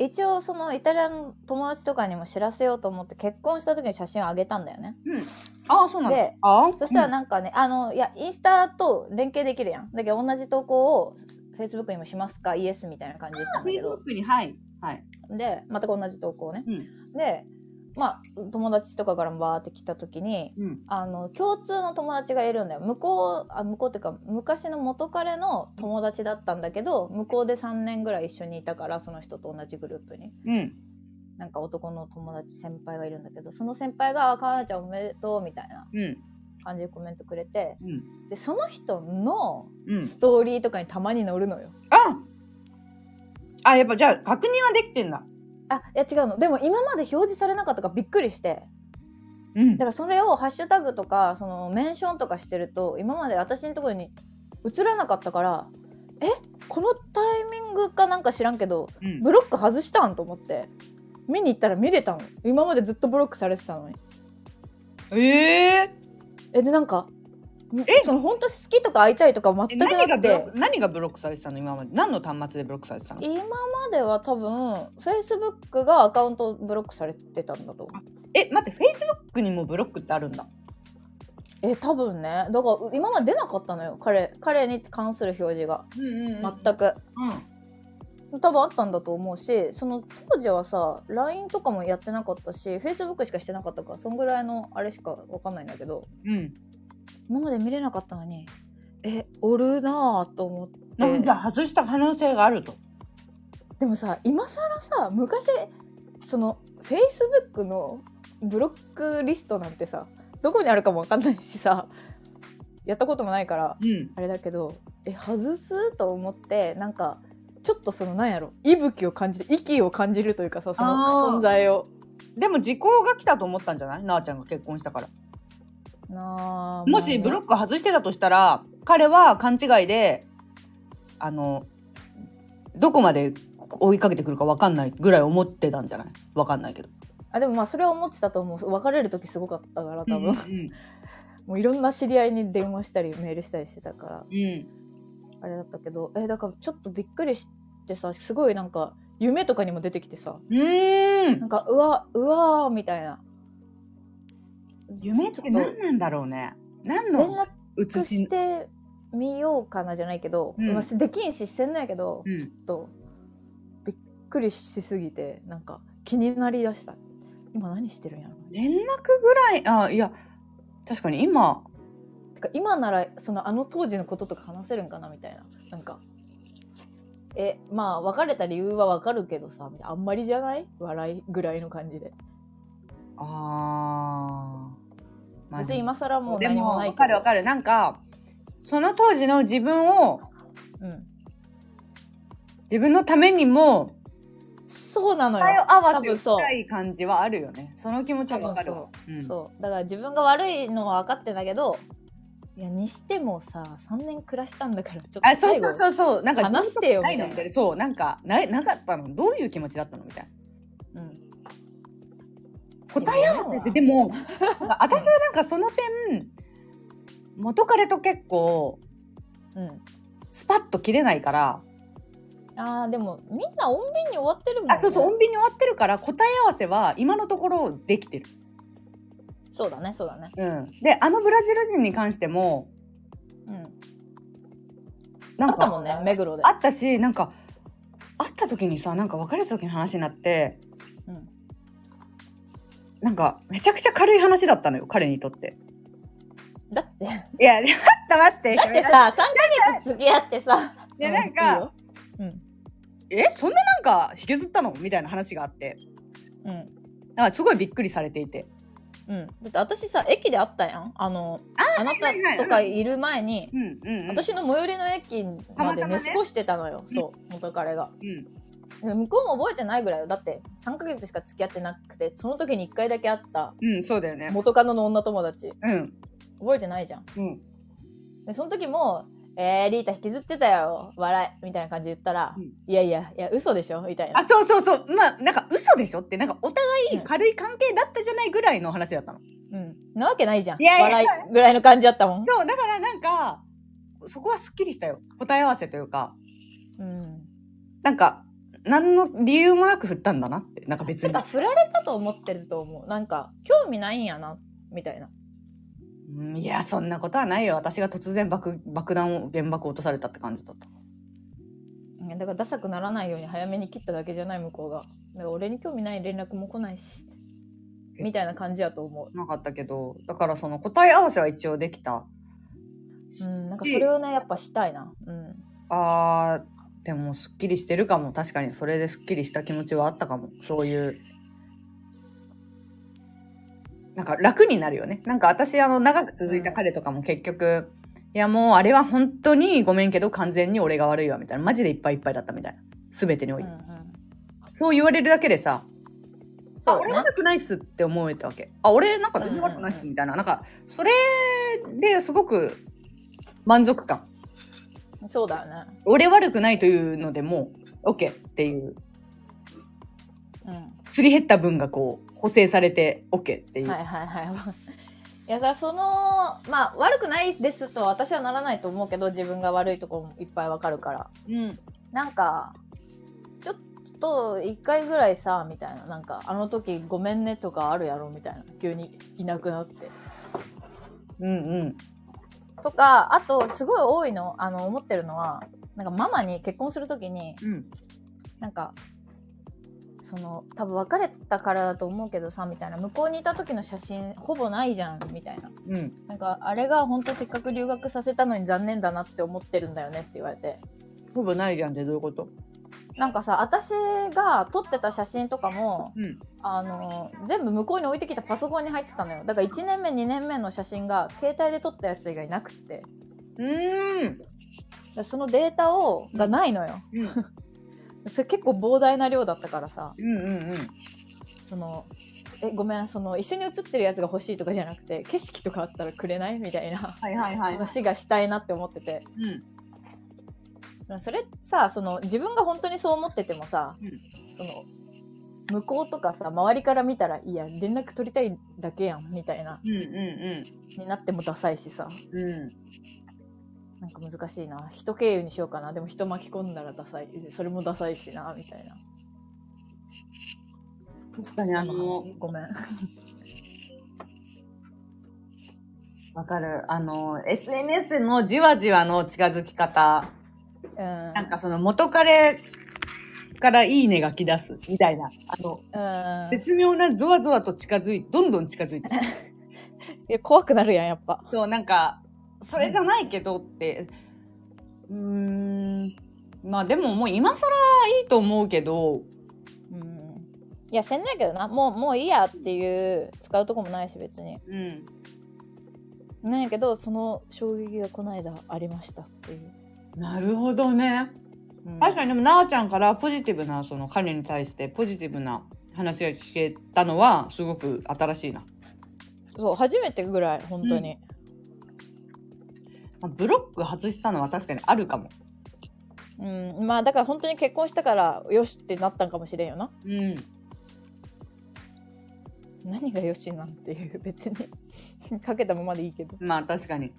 Speaker 2: 一応そのイタリアの友達とかにも知らせようと思って結婚した時に写真をあげたんだよね
Speaker 1: うん、ああそうなんだ。
Speaker 2: で
Speaker 1: あー
Speaker 2: そしたらなんかね、あのいやインスタと連携できるやんだけど同じ投稿をフェイスブックにもしますかイエスみたいな感じでしたん
Speaker 1: フ
Speaker 2: だ
Speaker 1: ェイ
Speaker 2: け
Speaker 1: スブ
Speaker 2: ど
Speaker 1: ックにはいはい。
Speaker 2: で全く同じ投稿ね、
Speaker 1: う
Speaker 2: でまあ友達とかからもバーって来た時に
Speaker 1: うん
Speaker 2: あの共通の友達がいるんだよ向こうあ向こうっていうか昔の元彼の友達だったんだけど向こうで3年ぐらい一緒にいたからその人と同じグループに
Speaker 1: うん
Speaker 2: なんか男の友達先輩がいるんだけどその先輩が「あかなちゃんおめでとう」みたいな
Speaker 1: うん
Speaker 2: 感じでコメントくれて
Speaker 1: うん
Speaker 2: でその人の
Speaker 1: うん。
Speaker 2: ストーリーとかにたまに載るのよ。
Speaker 1: ああやっぱじゃあ確認はできてんだ。
Speaker 2: あいや違うのでも今まで表示されなかったからびっくりして
Speaker 1: うん
Speaker 2: だからそれをハッシュタグとかそのメンションとかしてると今まで私のところに映らなかったからえこのタイミングかなんか知らんけど
Speaker 1: うん
Speaker 2: ブロック外したんと思って見に行ったら見れたの今までずっとブロックされてたのに
Speaker 1: えー、
Speaker 2: えでなんか
Speaker 1: え
Speaker 2: その本当好きとか会いたいとか
Speaker 1: え
Speaker 2: 全く
Speaker 1: 何が
Speaker 2: な
Speaker 1: ブロ
Speaker 2: くて
Speaker 1: ック何がブロックされてたの今まで何の端末でブロックされてたの
Speaker 2: 今までは多分フェイスブックがアカウントブロックされてたんだと思う
Speaker 1: え待ってフェイスブックにもブロックってあるんだ。
Speaker 2: え多分ねだから今まで出なかったのよ彼彼に関する表示が
Speaker 1: うんうん
Speaker 2: 全く、
Speaker 1: うん
Speaker 2: 多分あったんだと思うしその当時はさ LINE とかもやってなかったし Facebook しかしてなかったからそんぐらいのあれしかわかんないんだけど
Speaker 1: うん。
Speaker 2: 今まで見れなかったのにえおるなぁと思って
Speaker 1: なんか外した可能性があると。
Speaker 2: でもさ今更さ昔その Facebook のブロックリストなんてさどこにあるかもわかんないしさやったこともないから
Speaker 1: うん。
Speaker 2: あれだけどえ外すと思ってなんかちょっとそのなんやろ息吹を感じて息を感じるというかさそ
Speaker 1: あー
Speaker 2: の存在を
Speaker 1: でも時効が来たと思ったんじゃないなあちゃんが結婚したから。
Speaker 2: な
Speaker 1: もしブロ
Speaker 2: ク
Speaker 1: ック外してたとしたら、彼は勘違いで、あの、どこまで追いかけてくるかわかんないぐらい思ってたんじゃないわかんないけど。
Speaker 2: あでもまあそれは思ってたと思う別れる時すごかったから多分、
Speaker 1: うん。
Speaker 2: もういろんな知り合いに電話したりメールしたりしてたから
Speaker 1: うん。
Speaker 2: あれだったけどえだからちょっとびっくりしてさすごいなんか夢とかにも出てきてさ
Speaker 1: うー
Speaker 2: なん
Speaker 1: ん。
Speaker 2: かうわうわーみたいな
Speaker 1: 夢っ
Speaker 2: ち
Speaker 1: て
Speaker 2: ょっと
Speaker 1: 何なんだろうね。何
Speaker 2: 連
Speaker 1: の
Speaker 2: 絡
Speaker 1: 写
Speaker 2: し
Speaker 1: し。
Speaker 2: てみようかなじゃないけど、
Speaker 1: うん
Speaker 2: まあできんししてんのやけど、
Speaker 1: うん
Speaker 2: ちょっとびっくりしすぎてなんか気になりだした今何してるんやろ
Speaker 1: 連絡ぐらい、あ、いや、確かに今、
Speaker 2: てか今ならそのあの当時のこととか話せるんかなみたいななんかえまあ別れた理由はわかるけどさみたいなあんまりじゃない笑いぐらいの感じで
Speaker 1: あー。
Speaker 2: 別に今更もう
Speaker 1: で
Speaker 2: 何
Speaker 1: も
Speaker 2: もない
Speaker 1: わかるわかるなんかその当時の自分を
Speaker 2: うん、
Speaker 1: 自分のためにも
Speaker 2: そうなのよ
Speaker 1: 答えを合わ
Speaker 2: 多
Speaker 1: せ
Speaker 2: 分そう
Speaker 1: したい感じはあるよねその気持ちはわかるわうん
Speaker 2: そうだから自分が悪いのは分かってんだけどいやにしてもさ3年暮らしたんだからちょっと
Speaker 1: あそうそう
Speaker 2: う
Speaker 1: そうそうなんか
Speaker 2: 話してよ
Speaker 1: ないのみ
Speaker 2: み
Speaker 1: たい
Speaker 2: た
Speaker 1: な
Speaker 2: いな
Speaker 1: そうなんかななかったのどういう気持ちだったのみたいな答え合わせってでもなんか私はなんかその点元彼と結構
Speaker 2: うん、う
Speaker 1: スパッと切れないから
Speaker 2: ん、あーでもみんな穏便に終わってるもん、ね、
Speaker 1: あそうそう穏便に終わってるから答え合わせは今のところできてる
Speaker 2: そうだねそうだね
Speaker 1: うん、であのブラジル人に関しても
Speaker 2: うん
Speaker 1: な
Speaker 2: あ
Speaker 1: ん
Speaker 2: っ
Speaker 1: か
Speaker 2: たもんね目黒で
Speaker 1: あったしなんか会った時にさなんか別れた時の話になって
Speaker 2: うん、
Speaker 1: なんかめちゃくちゃ軽い話だったのよ彼にとって。
Speaker 2: だってだ
Speaker 1: いや待った 待 って
Speaker 2: ってさ3ヶ月付き合ってさ
Speaker 1: いやなんか
Speaker 2: うんいいよ
Speaker 1: えそんななんか引きずったのみたいな話があって
Speaker 2: うんうん
Speaker 1: なんかすごいびっくりされていて
Speaker 2: うん、だって私さ駅で会ったやんあのあな
Speaker 1: はいはい
Speaker 2: たとかいる前に、
Speaker 1: うんうんうん
Speaker 2: 私の最寄りの駅
Speaker 1: たま
Speaker 2: ま
Speaker 1: た
Speaker 2: で
Speaker 1: ま
Speaker 2: 寝
Speaker 1: ね
Speaker 2: 過ごしてたのよ、そう元彼が
Speaker 1: うん
Speaker 2: でも向こうも覚えてないぐらいよだって3ヶ月しか付き合ってなくてその時に1回だけ会った
Speaker 1: うんそうだよね
Speaker 2: 元カノの女友達
Speaker 1: うん
Speaker 2: 覚えてないじゃん
Speaker 1: うん
Speaker 2: でその時も「えー、リータ引きずってたよ笑い」みたいな感じで言ったら「
Speaker 1: うん
Speaker 2: いやいやいや嘘でしょ」みたいな
Speaker 1: あそうそうそうまあなんか嘘でしょってなんかお互い軽い関係だったじゃないぐらいの話だったの。
Speaker 2: うんなわけないじゃん
Speaker 1: いやいや
Speaker 2: 笑いぐらいの感じだったもん
Speaker 1: そうだからなんかそこはすっきりしたよ答え合わせというか
Speaker 2: うん
Speaker 1: なんか何の理由もなく振ったんだなってなんか別
Speaker 2: て
Speaker 1: に
Speaker 2: か振られたと思ってると思うなんか興味ないんやなみたいな
Speaker 1: うんいやそんなことはないよ私が突然爆爆弾を原爆を落とされたって感じだった
Speaker 2: いやだからダサくならないように早めに切っただけじゃない向こうがだから俺に興味ない連絡も来ないしみたいな感じやと思う、
Speaker 1: なかったけどだからその答え合わせは一応できたし、
Speaker 2: うん、なんかそれをねやっぱしたいなうん
Speaker 1: あーでもすっきりしてるかも確かにそれですっきりした気持ちはあったかもそういうなんか楽になるよねなんか私あの長く続いた彼とかも結局、いやもうあれは本当にごめんけど完全に俺が悪いわみたいなマジでいっぱいいっぱいだったみたいな全てにお
Speaker 2: う
Speaker 1: い
Speaker 2: んう
Speaker 1: て、
Speaker 2: ん
Speaker 1: そう言われるだけでさあ
Speaker 2: そう
Speaker 1: 俺
Speaker 2: だね
Speaker 1: 悪くないっすって思えたわけあ俺なんか全然悪くないっすみたいな、なんかそれですごく満足感
Speaker 2: そうだよね
Speaker 1: 俺悪くないというのでもう OK っていう
Speaker 2: う
Speaker 1: すり減った分がこう補正されて OK ってい
Speaker 2: ん
Speaker 1: う、
Speaker 2: はいはいはいいや さそのまあ悪くないですとは私はならないと思うけど自分が悪いとこもいっぱいわかるから
Speaker 1: うん、
Speaker 2: なんかちょっと一回ぐらいさみたいななんかあの時ごめんねとかあるやろみたいな急にいなくなって
Speaker 1: うんうん
Speaker 2: とかあとすごい多いのあの思ってるのはなんかママに結婚する時に
Speaker 1: うん
Speaker 2: なんかその多分別れたからだと思うけどさみたいな向こうにいた時の写真ほぼないじゃんみたいな
Speaker 1: うん。
Speaker 2: なんかあれが本当せっかく留学させたのに残念だなって思ってるんだよねって言われて
Speaker 1: ほぼないじゃんってどういうこと
Speaker 2: なんかさ私が撮ってた写真とかも
Speaker 1: うん。
Speaker 2: あの全部向こうに置いてきたパソコンに入ってたのよだから1年目2年目の写真が携帯で撮ったやつ以外なくってだか
Speaker 1: うん。
Speaker 2: らそのデータをがないのよ
Speaker 1: うん。
Speaker 2: それ結構膨大な量だったからさ
Speaker 1: うんうんうん。
Speaker 2: そのえごめんその一緒に写ってるやつが欲しいとかじゃなくて景色とかあったらくれないみたいな
Speaker 1: はいはいはい。
Speaker 2: 話がしたいなって思ってて
Speaker 1: うん。
Speaker 2: それさその自分が本当にそう思っててもさ、
Speaker 1: うん
Speaker 2: その向こうとかさ周りから見たらいや連絡取りたいだけやんみたいな
Speaker 1: うんう
Speaker 2: になってもダサいしさ
Speaker 1: んうん。うん。
Speaker 2: なんか難しいな人経由にしようかなでも人巻き込んだらダサいそれもダサいしなみたいな
Speaker 1: 確かにあ
Speaker 2: こ
Speaker 1: の、
Speaker 2: 話ごめん
Speaker 1: わかる。あの、SNS のじわじわの近づき方。
Speaker 2: うん
Speaker 1: なんかその元彼からいいねが来だすみたいな。あの、
Speaker 2: うん
Speaker 1: 絶妙なゾワゾワと近づい、どんどん近づいてくる。
Speaker 2: いや怖くなるやんやっぱ
Speaker 1: そう、なんか、それじゃないけどって、うーん、まあでももう今更いいと思うけど、
Speaker 2: うんいやせんないけどなもうもういいやっていう使うとこもないし別に
Speaker 1: うん。
Speaker 2: なんやけどその衝撃がこの間ありましたっていう、
Speaker 1: なるほどね。
Speaker 2: うん
Speaker 1: 確かにでも、なあちゃんからポジティブな、その彼に対してポジティブな話が聞けたのは、すごく新しいな。
Speaker 2: そう初めてぐらい本当に、
Speaker 1: まあブロック外したのは確かにあるかも。
Speaker 2: うんまあだから本当に結婚したからよしってなったんかもしれんよな
Speaker 1: うん。
Speaker 2: 何がよしなんていう別に かけたままでいいけどい
Speaker 1: まあ確かに。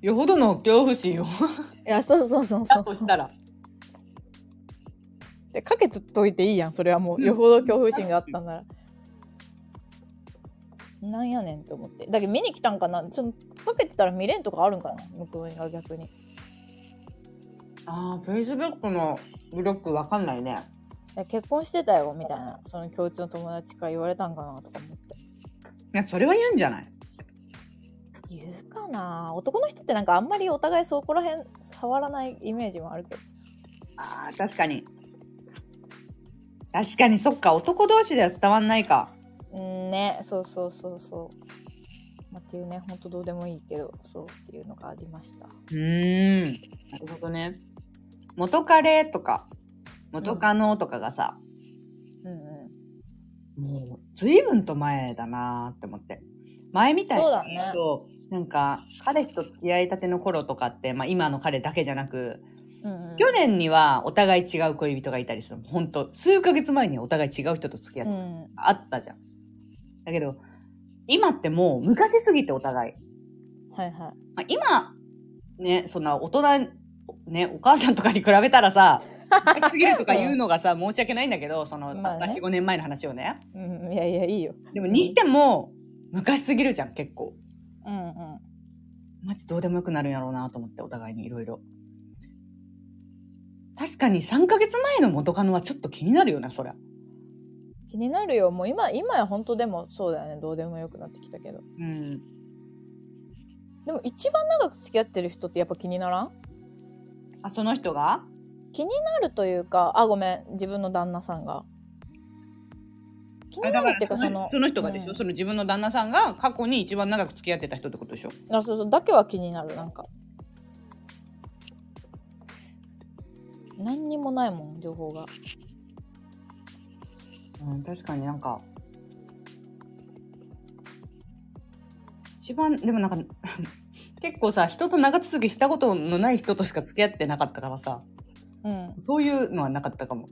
Speaker 1: よほどの恐怖心を
Speaker 2: やそうそうそうそ
Speaker 1: だ
Speaker 2: う
Speaker 1: としたら。
Speaker 2: でかけといていいやんそれはも
Speaker 1: う
Speaker 2: うんよほど恐怖心があったんなら、なんやねんと思ってだけど見に来たんかなちょっとかけてたら見れんとかあるんかな向こうが逆に
Speaker 1: ああ、Facebook のブロックわかんないね。
Speaker 2: え結婚してたよみたいなその共通の友達から言われたんかなとか思って
Speaker 1: いや、それは言うんじゃない
Speaker 2: 言うかな男の人ってなんかあんまりお互いそこら辺触らないイメージもあるけど
Speaker 1: ああ、確かに。確かに、そっか。男同士では伝わんないか。
Speaker 2: うんねそうそうそうそう、まあ、っていうねほんとどうでもいいけどそうっていうのがありました
Speaker 1: うーん。なるほどね。元カレとか、元カノとかがさ、
Speaker 2: うんうん
Speaker 1: もう、随分と前だなーって思って。前みたいに
Speaker 2: そうだね
Speaker 1: そうなんか、彼氏と付き合いたての頃とかって、まあ今の彼だけじゃなく、
Speaker 2: うんうん
Speaker 1: 去年にはお互い違う恋人がいたりする。本当数ヶ月前にお互い違う人と付き合って、
Speaker 2: うん
Speaker 1: あったじゃん。だけど、今ってもう昔すぎてお互い。
Speaker 2: はいはい
Speaker 1: まあ、今、ね、そんな大人、ね、お母さんとかに比べたらさ、昔すぎるとか言うの がさ、申し訳ないんだけど、その、
Speaker 2: まあね
Speaker 1: 私5年前の話をね。
Speaker 2: うんいやいやいいよ
Speaker 1: でも、にしても、昔すぎるじゃん、結構。
Speaker 2: うんうん
Speaker 1: マジどうでもよくなるんやろうなと思って、お互いにいろいろ。確かに3ヶ月前の元カノはちょっと気になるよな、そりゃ。
Speaker 2: 気になるよもう今今や本当でもそうだよねどうでもよくなってきたけど
Speaker 1: うん。
Speaker 2: でも一番長く付き合ってる人ってやっぱ気にならん
Speaker 1: あ、その人が
Speaker 2: 気になるというかあごめん自分の旦那さんが気になるっていうかその
Speaker 1: その人がでしょ、
Speaker 2: うん
Speaker 1: その自分の旦那さんが過去に一番長く付き合ってた人ってことでしょ
Speaker 2: あそうそうだけは気になるなんか何にもないもん情報が
Speaker 1: うん確かになんか一番でもなんか 結構さ人と長続きしたことのない人としか付き合ってなかったからさ
Speaker 2: うん
Speaker 1: そういうのはなかったかも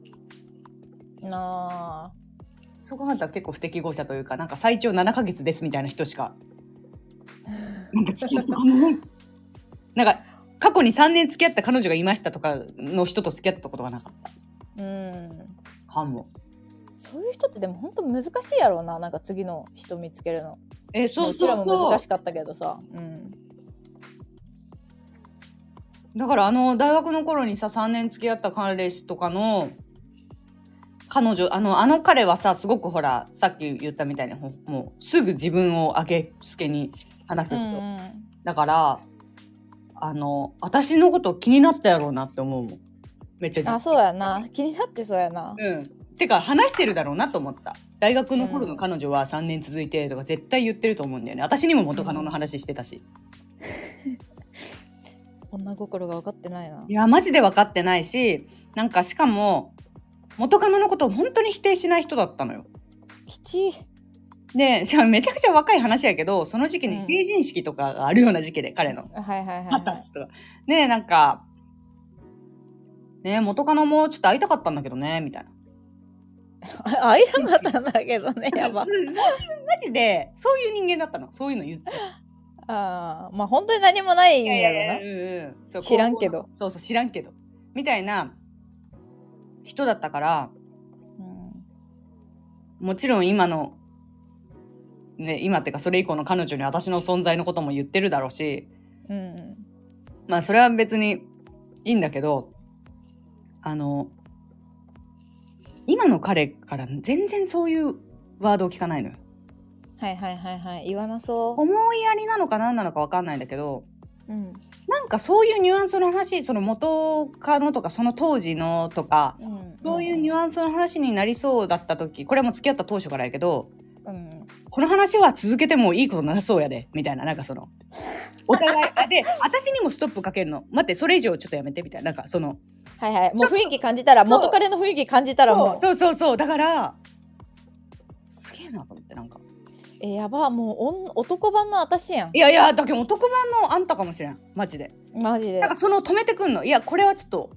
Speaker 2: なあ
Speaker 1: そこまでは結構不適合者というかなんか最長7ヶ月ですみたいな人し かなんか付き合ったことないなんか過去に3年付き合った彼女がいましたとかの人と付き合ったことがなかった
Speaker 2: うん
Speaker 1: かも
Speaker 2: そういう人ってでも本当難しいやろうななんか次の人見つけるの
Speaker 1: えそう
Speaker 2: ち
Speaker 1: そ
Speaker 2: ら
Speaker 1: う
Speaker 2: も
Speaker 1: そう
Speaker 2: 難しかったけどさうん
Speaker 1: だからあの大学の頃にさ3年付き合った彼氏とかの彼女あのあの彼はさすごくほらさっき言ったみたいにほもうすぐ自分をあげつけに話す
Speaker 2: うん
Speaker 1: 人、
Speaker 2: うん
Speaker 1: だからあの私のこと気になったやろうなって思うもんめっちゃ
Speaker 2: あそうやな気になってそうやな
Speaker 1: うんてか話してるだろうなと思った大学の頃の彼女は3年続いてとか絶対言ってると思うんだよね私にも元カノの話してたし、
Speaker 2: 女心が分かってないない
Speaker 1: やマジで分かってないしなんかしかも元カノのことを本当に否定しない人だったのよ
Speaker 2: 吉
Speaker 1: でじゃあめちゃくちゃ若い話やけどその時期
Speaker 2: う
Speaker 1: に
Speaker 2: ん
Speaker 1: 成人式とかがあるような時期で彼の
Speaker 2: はいはいはい、
Speaker 1: 二十
Speaker 2: はい、
Speaker 1: 歳とかでなんか「ね元カノもちょっと会いたかったんだけどね」みたいな
Speaker 2: あ会いたかったんだけど ねやば
Speaker 1: そういうマジでそういう人間だったのそういうの言っちゃう
Speaker 2: あーまあ本当に何もないん
Speaker 1: い
Speaker 2: やろ
Speaker 1: ややいや
Speaker 2: ない
Speaker 1: うんうんそう
Speaker 2: 知らんけど
Speaker 1: 高校のそうそう知らんけどみたいな人だったからもちろん今のね今っていうかそれ以降の彼女に私の存在のことも言ってるだろうし
Speaker 2: うん、うん、
Speaker 1: まあそれは別にいいんだけどあの今の彼から全然そういうワードを聞かないのよ。
Speaker 2: はいはいはいはい言わなそ
Speaker 1: 思いやりなのか何なのか分かんないんだけど
Speaker 2: う、うん
Speaker 1: なんかそういうニュアンスの話その元カノとかその当時のとか
Speaker 2: うん、
Speaker 1: そういうニュアンスの話になりそうだった時これはもう付き合った当初からやけど
Speaker 2: うん
Speaker 1: この話は続けてもいいことなさそうやでみたいななんかそのお互いあで私にもストップかけるの待ってそれ以上ちょっとやめてみたいななんかその
Speaker 2: はいはい
Speaker 1: ち
Speaker 2: も
Speaker 1: ょ
Speaker 2: う
Speaker 1: っと
Speaker 2: 雰囲気感じたら
Speaker 1: そう
Speaker 2: 元彼の雰囲気感じたらもう
Speaker 1: そうそうそうだからすげえなと思ってなんか
Speaker 2: えやばもうおん男版の私やん
Speaker 1: いやいやだけど男版のあんたかもしれんマジで
Speaker 2: マジで
Speaker 1: なんかその止めてくんのいやこれはちょっと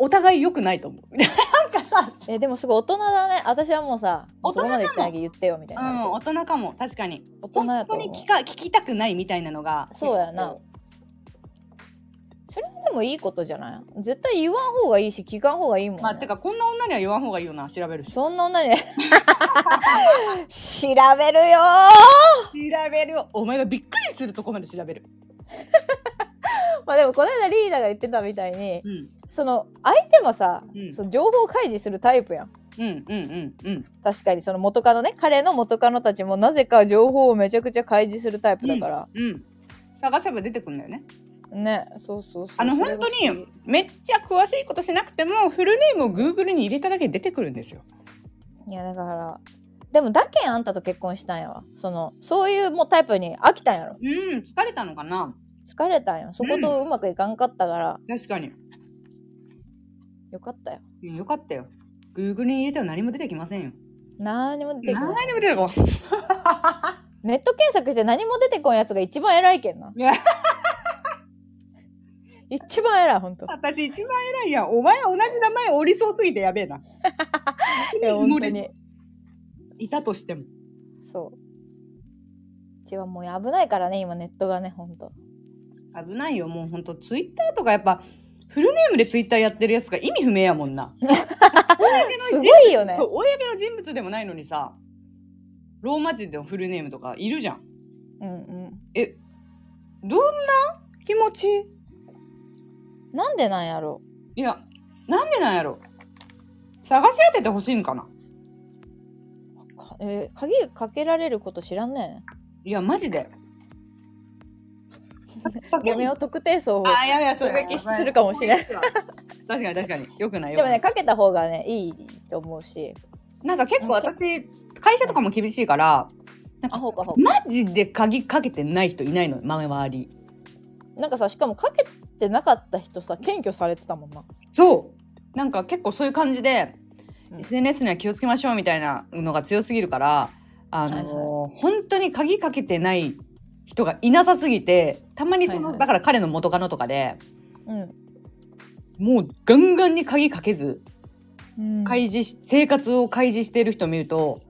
Speaker 1: お互い良くないと思うなんかさ
Speaker 2: えでもすごい大人だね私はもうさ
Speaker 1: 大人
Speaker 2: そ
Speaker 1: な
Speaker 2: こ
Speaker 1: の
Speaker 2: まで言ってないけど言ってよみたいうな、
Speaker 1: ん大人かも確かに
Speaker 2: 大人
Speaker 1: 本
Speaker 2: やと
Speaker 1: 当
Speaker 2: 思
Speaker 1: に
Speaker 2: う
Speaker 1: 聞か聞きたくないみたいなのが
Speaker 2: そうやなそれはでもいいことじゃない絶対言わん方がいいし聞かん方がいいもん、ね
Speaker 1: まあ、てかこんな女には言わん方がいいよな調べるし調
Speaker 2: そんな女に調べるよ
Speaker 1: べるよお前がびっくりするとこまで調べる
Speaker 2: ーまあでもこの間リーダーが言ってたみたいに
Speaker 1: うん
Speaker 2: その相手もさ、
Speaker 1: うん
Speaker 2: その情報開示するタイプやん
Speaker 1: うんうんうんうん
Speaker 2: 確かにその元カノね彼の元カノたちもなぜか情報をめちゃくちゃ開示するタイプだから、
Speaker 1: うん探せば出てくんだよね
Speaker 2: ねそうそうそう
Speaker 1: あの
Speaker 2: それ
Speaker 1: 本
Speaker 2: が
Speaker 1: 当
Speaker 2: 不思議
Speaker 1: にめっちゃ詳しいことしなくてもフルネームを Google に入れただけで出てくるんですよ
Speaker 2: いやだからでもだけんあんたと結婚したんやわそのそういうもうタイプに飽きたんやろ
Speaker 1: うん疲れたのかな
Speaker 2: 疲れたんやそことうまくいかんかったから、
Speaker 1: 確かに
Speaker 2: よかったよ
Speaker 1: うんよかったよ Google に入れては何も出てきませんよ
Speaker 2: 何にも出てこない
Speaker 1: 何にも出てこない
Speaker 2: ネット検索して何も出てこんやつが一番偉いけんな 一番偉 いほんと
Speaker 1: 私一番偉いやんお前同じ名前おりそうすぎてやべえ ない
Speaker 2: や
Speaker 1: 埋
Speaker 2: 本
Speaker 1: も
Speaker 2: 当
Speaker 1: れ
Speaker 2: に
Speaker 1: いたとしても
Speaker 2: そううちはもう危ないからね今ネットがねほんと
Speaker 1: 危ないよもうほんとツイッターとかやっぱフルネームでツイッターやってるやつが意味不明やもん な公の
Speaker 2: すごいよね
Speaker 1: そう公の人物でもないのにさローマ字でのフルネームとかいるじゃん
Speaker 2: うんうん
Speaker 1: えどんな気持ち
Speaker 2: なんでなんやろ
Speaker 1: いやなんでなんやろ探し当ててほしいんかな
Speaker 2: うかえー鍵かけられること知らんね
Speaker 1: いやマジで
Speaker 2: やめよう特定層を
Speaker 1: あやめようそう
Speaker 2: 狙撃するかもしれん
Speaker 1: 確かに確かによくないよ
Speaker 2: で
Speaker 1: くな
Speaker 2: も
Speaker 1: い
Speaker 2: ねかけた方がねいいと思うし
Speaker 1: なんか結構私会社とかも厳しいからなん
Speaker 2: あ
Speaker 1: か
Speaker 2: ほうかほうか
Speaker 1: マジで鍵かけてない人いないの周り
Speaker 2: なんかさしかもかけてなかった人さ検挙されてたもんな
Speaker 1: そうなんか結構そういう感じで、
Speaker 2: うん
Speaker 1: SNS には気をつけましょうみたいなのが強すぎるからあのー本当に鍵かけてない人がいなさすぎてたまにその、
Speaker 2: はいはい
Speaker 1: だから彼の元カノとかで
Speaker 2: う
Speaker 1: もうガンガンに鍵かけず
Speaker 2: ん
Speaker 1: 開示し、生活を開示している人を見ると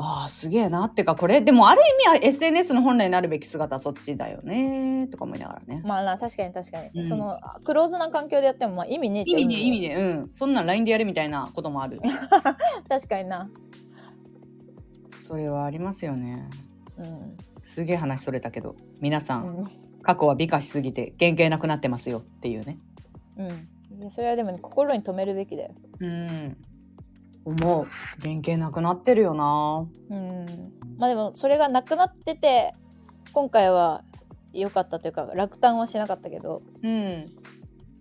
Speaker 1: ああすげえなってかこれでもある意味は SNS の本来なるべき姿はそっちだよねとか思いながらね。
Speaker 2: まあな確かに確かに、
Speaker 1: うん
Speaker 2: そのクローズな環境でやってもまあ意味ねえっち
Speaker 1: 意
Speaker 2: ゃ
Speaker 1: 味ね意味
Speaker 2: ね
Speaker 1: ねうんそんなん LINE でやるみたいなこともある
Speaker 2: 確かにな
Speaker 1: それはありますよね
Speaker 2: うん、
Speaker 1: すげえ話それたけど皆さん
Speaker 2: うん
Speaker 1: 過去は美化しすぎて原型なくなってますよっていうね
Speaker 2: うん、いやそれはでも、心に留めるべきだよ。
Speaker 1: うん。思う。原型なくなってるよな。
Speaker 2: うん。まあでも、それがなくなってて、今回は良かったというか、落胆はしなかったけど、
Speaker 1: うん。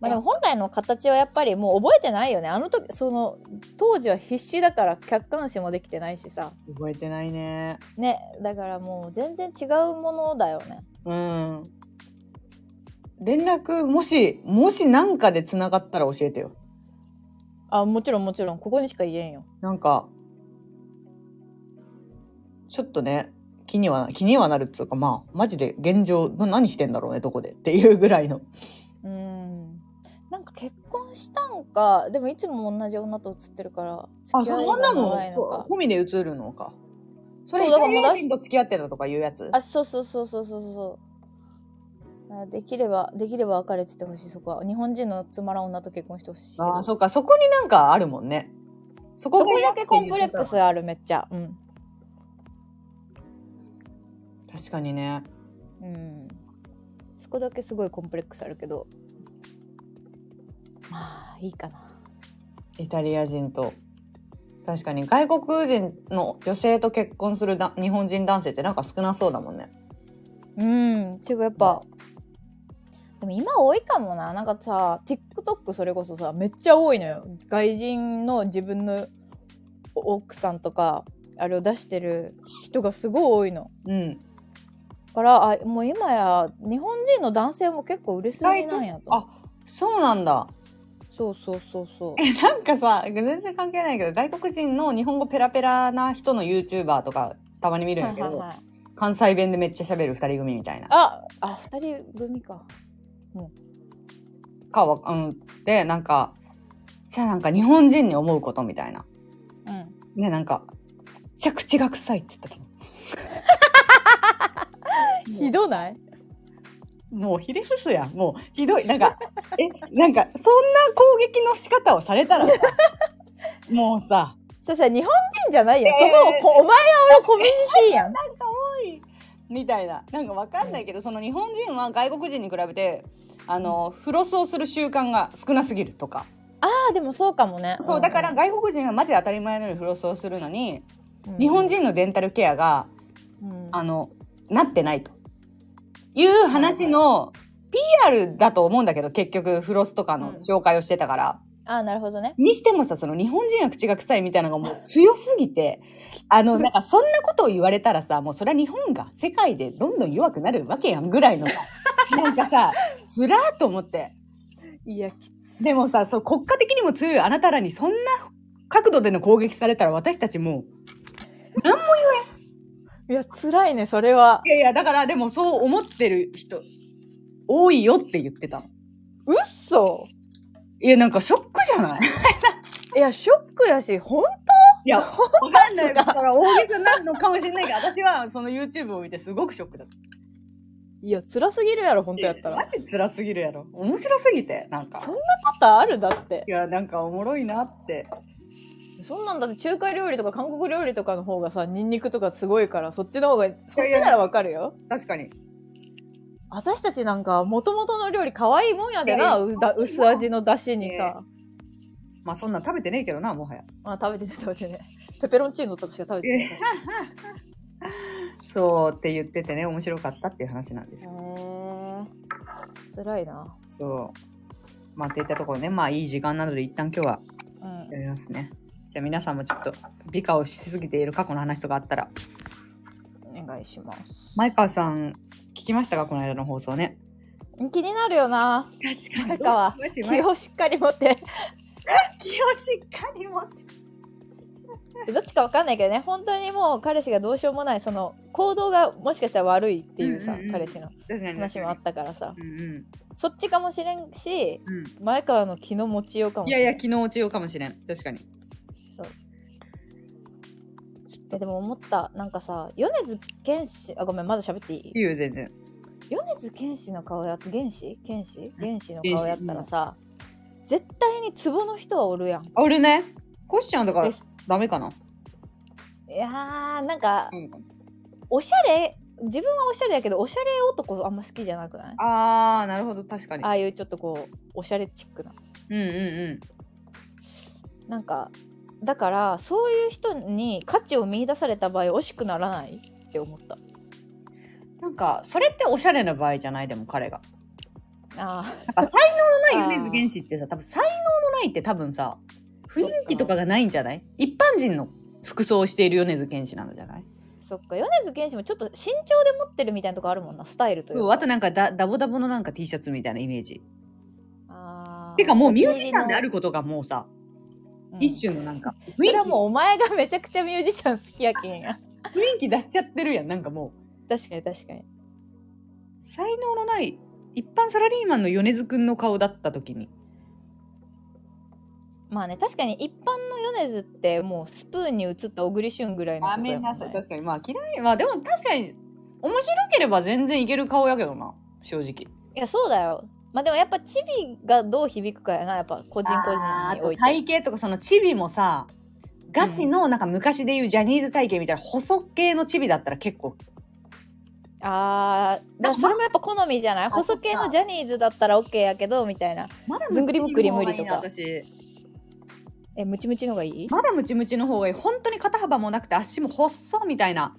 Speaker 2: まあでも本来の形はやっぱりもう覚えてないよね。あの時、その、当時は必死だから客観視もできてないしさ。
Speaker 1: 覚えてないね。
Speaker 2: ね。だからもう全然違うものだよね。
Speaker 1: うん。連絡、もし、もしなんかで繋がったら教えてよ。
Speaker 2: あ、もちろんもちろん、ここにしか言えんよ。
Speaker 1: なんか、ちょっとね、気には、気にはなるっつうか、まあ、マジで現状、な何してんだろうね、どこでっていうぐらいの。
Speaker 2: うん。なんか結婚したんか、でもいつも同じ女と写ってるから、
Speaker 1: あ、
Speaker 2: 付き合
Speaker 1: そ
Speaker 2: い
Speaker 1: んな
Speaker 2: が
Speaker 1: も
Speaker 2: 長いのか
Speaker 1: 込みで映るのか。それ、
Speaker 2: そう
Speaker 1: イ
Speaker 2: だ
Speaker 1: タ
Speaker 2: から
Speaker 1: リ
Speaker 2: もう
Speaker 1: ア人と付き合ってたとかいうやつ
Speaker 2: あ、そうそうそうそうそうそう。あできれば、できれば別れててほしい、そこは。日本人のつまらん女と結婚してほしいけど。
Speaker 1: あ、そっか、そこになんかあるもんね。そこ
Speaker 2: そ
Speaker 1: が
Speaker 2: こ
Speaker 1: 嫌
Speaker 2: だ
Speaker 1: ってい
Speaker 2: け
Speaker 1: う
Speaker 2: コンプレックスある、めっちゃ。うん。
Speaker 1: 確かにね。
Speaker 2: うん。そこだけすごいコンプレックスあるけど。まあ、いいかな。
Speaker 1: イタリア人と。確かに外国人の女性と結婚するだ日本人男性ってなんか少なそうだもんね。
Speaker 2: うん。ていうかやっぱ、でも今多いかもな。なんかさ、TikTok それこそさ、めっちゃ多いのよ。外人の自分の奥さんとか、あれを出してる人がすごい多いの。
Speaker 1: うん。
Speaker 2: からあもう今や日本人の男性も結構売れ筋なんやと
Speaker 1: あ、そうなんだ。
Speaker 2: そうそうそうそう
Speaker 1: え、なんかさ、全然関係ないけど、外国人の日本語ペラペラな人の YouTuber とかたまに見るん
Speaker 2: は
Speaker 1: や
Speaker 2: い
Speaker 1: け
Speaker 2: は
Speaker 1: ど、
Speaker 2: いはい
Speaker 1: 関西弁でめっちゃ喋る二人組みたいな。
Speaker 2: ああ二人組か
Speaker 1: かわかんで、なんか、じゃあなんか日本人に思うことみたいな。
Speaker 2: うん
Speaker 1: ね、なんか、めっちゃ口が臭いって言ったけど。
Speaker 2: ひどない
Speaker 1: もうひれ伏すやん。もうひどい。なんか、 え、なんか、そんな攻撃の仕方をされた らさ、もうさ、
Speaker 2: そさ日本人じゃないよ、
Speaker 1: えー
Speaker 2: そこお前は俺コミュニティ やん
Speaker 1: みたいな。なんかわかんないけど、その日本人は外国人に比べて、あの、フロスをする習慣が少なすぎるとか。
Speaker 2: あーでもそうかもね
Speaker 1: そう、だから、外国人はマジで当たり前のようにフロスをするのに、
Speaker 2: うん
Speaker 1: 日本、人のデンタルケアが、
Speaker 2: うん
Speaker 1: あの、なってないと。いう話の PR だと思うんだけど、結局、フロスとかの紹介をしてたから。
Speaker 2: あーなるほどね
Speaker 1: にしてもさ、その日本人は口が臭いみたいなのがもう強すぎて、あの、なんかそんなことを言われたらさ、もうそれは日本が世界でどんどん弱くなるわけやんぐら いのさ、なんかさ、つらーと思って。
Speaker 2: いやき
Speaker 1: でもさ、そう国家的にも強いあなたらにそんな角度での攻撃されたら私たちも、
Speaker 2: いや辛いねそれはい
Speaker 1: やいや、だからでもそう思ってる人、多いよって言ってた。
Speaker 2: うっそ
Speaker 1: いや、なんかショックじゃない
Speaker 2: いやショックやしほん
Speaker 1: いや、わかんない。だから大げさなのかもしれないけど、私はその YouTube を見てすごくショックだった。
Speaker 2: いや辛すぎるやろ本当やったら
Speaker 1: マジ辛すぎるやろ。面白すぎて、なんか
Speaker 2: そ。んなことあるだって
Speaker 1: いや、なんかおもろいなって。
Speaker 2: そんなんだって中華料理とか韓国料理とかの方がさニンニクとかすごいからそっちの方がそっちならわかるよ
Speaker 1: 確かに。
Speaker 2: 私たちなんかもともとの料理可愛いもんやでない
Speaker 1: やいや
Speaker 2: うだ薄味のだしにさ、
Speaker 1: まあそんなん食べてねえけどな、もはや。
Speaker 2: まあ食べてね食べて ねペペロンチーノとかしか食べてない
Speaker 1: そうって言っててね、面白かったっていう話なんです
Speaker 2: へ。ー辛いな
Speaker 1: そう。まあっていったところね、まあいい時間なので一旦今日は
Speaker 2: うん
Speaker 1: やりますね。じゃあ皆さんもちょっと美化をしすぎている過去の話とかあったら。
Speaker 2: お願いします
Speaker 1: 前川さん、聞きましたかこの間の放送ね。
Speaker 2: 気になるよな
Speaker 1: 確
Speaker 2: 前 川
Speaker 1: マジ
Speaker 2: 気をしっかり持って
Speaker 1: 気をしっかり持って。
Speaker 2: どっちかわかんないけどね本当にもう彼氏がどうしようもないその行動がもしかしたら悪いっていうさ、
Speaker 1: うんうんうん
Speaker 2: 彼氏の
Speaker 1: 確かに。
Speaker 2: 話もあったからさ
Speaker 1: うんうん。
Speaker 2: そっちかもしれんし
Speaker 1: うん
Speaker 2: 前川の気の持ちようかも
Speaker 1: い
Speaker 2: し
Speaker 1: や
Speaker 2: れ
Speaker 1: い
Speaker 2: ない
Speaker 1: や、昨日落ちようかもしれん。確かに。
Speaker 2: そういやでも思ったなんかさ米津玄師あごめんまだ喋っていい
Speaker 1: いいよ、全然。
Speaker 2: 米津玄師の顔やって玄師玄師玄師の顔やったらさ絶対にツボの人はおるやん
Speaker 1: あ俺ね、コッションとか
Speaker 2: です
Speaker 1: ダメかな。
Speaker 2: いやーなんか
Speaker 1: うん
Speaker 2: おしゃれ自分はおしゃれだけどおしゃれ男あんま好きじゃなくないあ
Speaker 1: あーなるほど確かに
Speaker 2: あいうちょっとこうおしゃれチックな
Speaker 1: うんうん
Speaker 2: なんかだからそういう人に価値を見出された場合惜しくならないって思った
Speaker 1: うんなんかそれっておしゃれな場合じゃないでも彼が
Speaker 2: あ
Speaker 1: なんか才能のない
Speaker 2: あ
Speaker 1: 米
Speaker 2: ー
Speaker 1: 津玄師ってさ多分才能のないって多分さ雰囲気とかがないんじゃない一般人の服装をしている米津玄師なのじゃない
Speaker 2: ーそっか米津玄師もちょっと身長で持ってるみたいなとこあるもんなスタイルという
Speaker 1: そう
Speaker 2: か
Speaker 1: あとなんかダダボダボのなんか T シャツみたいなイメージ
Speaker 2: あー
Speaker 1: てかもうミュージシャンであることがもうさ、
Speaker 2: うん
Speaker 1: 一種のなんか雰
Speaker 2: そ
Speaker 1: 囲気
Speaker 2: れはもうお前がめちゃくちゃミュージシャン好きやけんや
Speaker 1: 雰囲気出しちゃってるやんなんかも
Speaker 2: 確かに確かに
Speaker 1: う才能のない一般サラリーマンの米津くんの顔だった時に
Speaker 2: まあね確かに一般の米津ってもうスプーンに映った小栗旬ぐらいの
Speaker 1: あ
Speaker 2: ことや
Speaker 1: め
Speaker 2: もん
Speaker 1: な
Speaker 2: ね
Speaker 1: さい確かにまあ嫌いまあでも確かに面白ければ全然いける顔やけどな正直
Speaker 2: いやそうだよまあでもやっぱチビがどう響くかやなやっぱ個人個
Speaker 1: あ
Speaker 2: 人
Speaker 1: ー
Speaker 2: に
Speaker 1: あ
Speaker 2: お
Speaker 1: と
Speaker 2: いて
Speaker 1: 体型とかそのチビもさガチのなんか昔で言うジャニーズ体型みたいな細系のチビだったら結構
Speaker 2: ああだからそれもやっぱ好みじゃない
Speaker 1: あそっか
Speaker 2: 細系のジャニーズだったら OK やけどみたいな
Speaker 1: まだ
Speaker 2: ずんぐりむっくり無理とか
Speaker 1: 私
Speaker 2: えムチムチのがいい
Speaker 1: まだムチムチの方がいい本当に肩幅もなくて足も細みたいな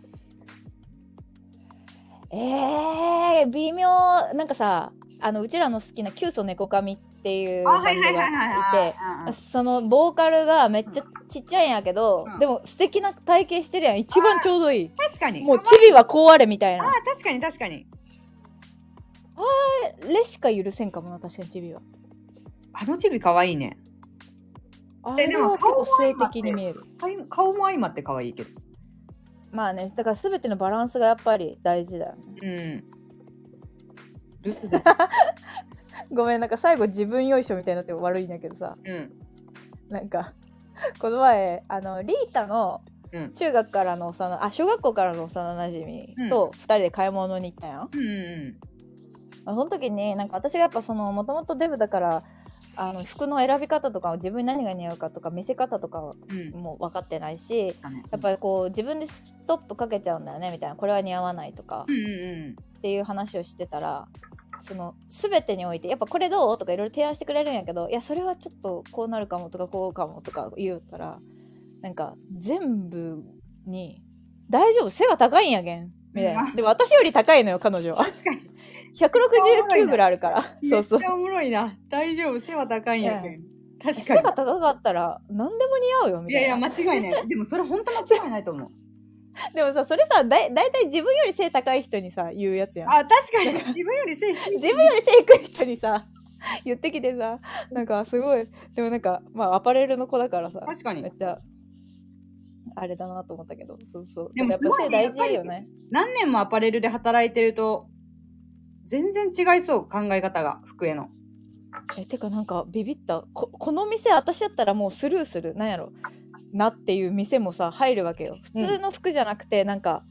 Speaker 2: えー、微妙なんかさあのうちらの好きな「キュウソネコカミ」っていうバンドがいてそのボーカルがめっちゃちっちゃいんやけど、
Speaker 1: うん
Speaker 2: でも素敵な体型してるやん一番ちょうどいい
Speaker 1: 確かに
Speaker 2: もうチビはこうあれみたい
Speaker 1: あ
Speaker 2: な
Speaker 1: あ確かに確かに
Speaker 2: レしか許せんかもな確かにチビは
Speaker 1: あのチビ可愛いね
Speaker 2: あ
Speaker 1: え
Speaker 2: れ
Speaker 1: で
Speaker 2: は
Speaker 1: も
Speaker 2: 結
Speaker 1: 顔も
Speaker 2: 構性的に見える
Speaker 1: 顔顔も相まって可愛いけど
Speaker 2: まあねだから全てのバランスがやっぱり大事だよね
Speaker 1: うん
Speaker 2: ごめんなんか最後自分よいしょみたいになって悪いんだけどさ
Speaker 1: うん
Speaker 2: なんか この前あのリータの
Speaker 1: うん
Speaker 2: 中学からの幼、あ小学校からの幼なじみと2人で買い物に行ったやん、
Speaker 1: うんうん
Speaker 2: まあその時になんか私がやっぱそのもともとデブだからあの服の選び方とか自分に何が似合うかとか見せ方とか
Speaker 1: うん
Speaker 2: も分かってないしやっ
Speaker 1: り
Speaker 2: ぱりこう自分でストップかけちゃうんだよねみたいなこれは似合わないとか
Speaker 1: うんうん
Speaker 2: っていう話をしてたらその全てにおいてやっぱこれどうとかいろいろ提案してくれるんやけどいやそれはちょっとこうなるかもとかこうかもとか言うたらなんか全部に「大丈夫背が高いんやげん」みたいなでも私より高いのよ彼女は
Speaker 1: か に
Speaker 2: 169ぐらいあるから
Speaker 1: うん
Speaker 2: そうそう
Speaker 1: めっちゃおもろいな大丈夫背は高いんやけど確
Speaker 2: 背
Speaker 1: かに
Speaker 2: が高かったら何でも似合うよみ
Speaker 1: い
Speaker 2: た
Speaker 1: や
Speaker 2: い
Speaker 1: い
Speaker 2: な
Speaker 1: や間違い ないでもそれ本当間違いないと思う
Speaker 2: でもさそれさだい大体自分より背高い人にさ言うやつやん
Speaker 1: あ確かに自分より背低い
Speaker 2: 自分より背低い人にさ言ってきてさなんかすごいでもなんかまあアパレルの子だからさ
Speaker 1: 確かに
Speaker 2: めっちゃあれだなと思ったけどそうそう
Speaker 1: でも
Speaker 2: だからやっぱ
Speaker 1: すごいね
Speaker 2: 背大事よね
Speaker 1: 何年もアパレルで働いてると全然違いそう考え方が服への
Speaker 2: えてかなんかビビったここの店私やったらもうスルーするなんやろなっていう店もさ入るわけよ普通の服じゃなくてなんか、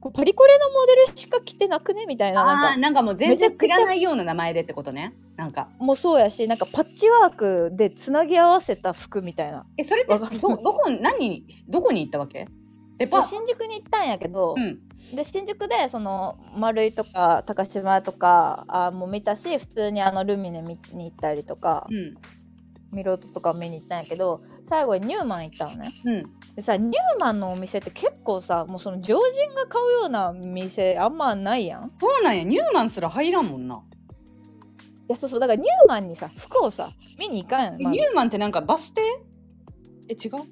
Speaker 2: こうパリコレのモデルしか着てなくねみたいななんか
Speaker 1: なんかもう
Speaker 2: 全然知らない
Speaker 1: ような名前でってことねなんか
Speaker 2: もそうやしなんかパッチワークでつなぎ合わせた服みたいな
Speaker 1: えそれって
Speaker 2: わ
Speaker 1: ど
Speaker 2: かんない
Speaker 1: どこ何にどこに行ったわけデパート
Speaker 2: 新宿に行ったんやけど、
Speaker 1: うん
Speaker 2: で新宿でその丸井とか高島屋とかあも見たし普通にあのルミネ見に行ったりとか、
Speaker 1: うん
Speaker 2: ミロートとか見に行ったんやけど最後にニューマン行ったのね
Speaker 1: うん
Speaker 2: でさニューマンのお店って結構さもうその常人が買うような店あんまないやんい
Speaker 1: そうなんやニューマンすら入らんもんな、
Speaker 2: やそうそうだからニューマンにさ服をさ見に行かんやん、
Speaker 1: え
Speaker 2: まず
Speaker 1: ニューマンってなんかバス停え違う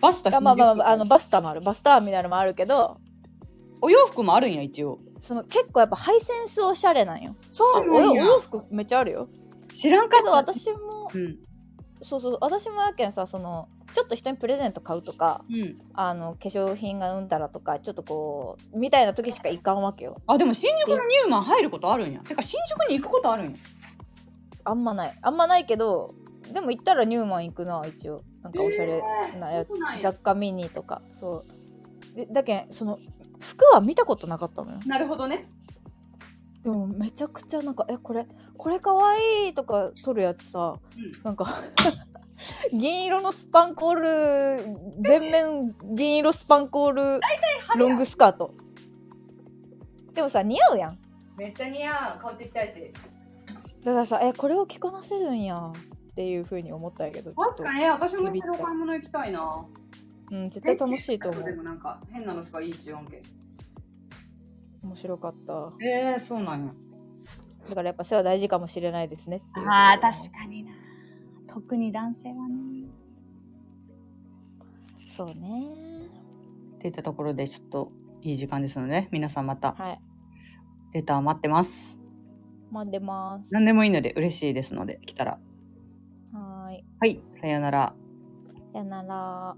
Speaker 1: バスタ
Speaker 2: あ
Speaker 1: 新
Speaker 2: まあ
Speaker 1: 宿
Speaker 2: まあまああのバスターもあるバスターミナルもあるけど
Speaker 1: お洋服もあるんや一応
Speaker 2: その結構やっぱハイセンスおしゃれなんよ
Speaker 1: そう
Speaker 2: お
Speaker 1: なん
Speaker 2: お
Speaker 1: や
Speaker 2: 洋服めっちゃあるよ
Speaker 1: 知らんか
Speaker 2: け
Speaker 1: っ
Speaker 2: ど
Speaker 1: た
Speaker 2: 私も
Speaker 1: うん
Speaker 2: そうそう私もやけんさそのちょっと人にプレゼント買うとか
Speaker 1: うん
Speaker 2: あの化粧品がうんたらとかちょっとこうみたいな時しか行かんわけよ
Speaker 1: あでも新宿のニューマン入ることあるんやてか新宿に行くことあるんや
Speaker 2: あんまないあんまないけどでも行ったらニューマン行くな一応なんかおしゃれなやつ、雑貨ミニとかそうでだけんその服は見たことなかったのよ
Speaker 1: なるほどね
Speaker 2: でもめちゃくちゃなんか「えこれこれかわいい」とか撮るやつさ、
Speaker 1: うん
Speaker 2: なんか 銀色のスパンコール全面銀色スパンコールロングスカートでもさ似合うやん
Speaker 1: めっちゃ似合う顔ちっちゃいし
Speaker 2: だからさえこれを着こなせるんやっていうふうに思ったんやけどちょっ
Speaker 1: 確
Speaker 2: と
Speaker 1: かに私も一緒にお買い物行きたいな
Speaker 2: うん、絶対楽しいと思
Speaker 1: で
Speaker 2: う
Speaker 1: もなんか変なのしかいいっちゅうわけ
Speaker 2: 面白かった
Speaker 1: えー、そうなんや
Speaker 2: だからやっぱ背は大事かもしれないですねっていう
Speaker 1: あー確かにな特に男性はね
Speaker 2: そうね
Speaker 1: っていったところでちょっといい時間ですので、ね、皆さんまた
Speaker 2: はい
Speaker 1: レター待ってます
Speaker 2: 待ってます
Speaker 1: 何でもいいので嬉しいですので来たら
Speaker 2: はーい
Speaker 1: はいさようなら
Speaker 2: さよなら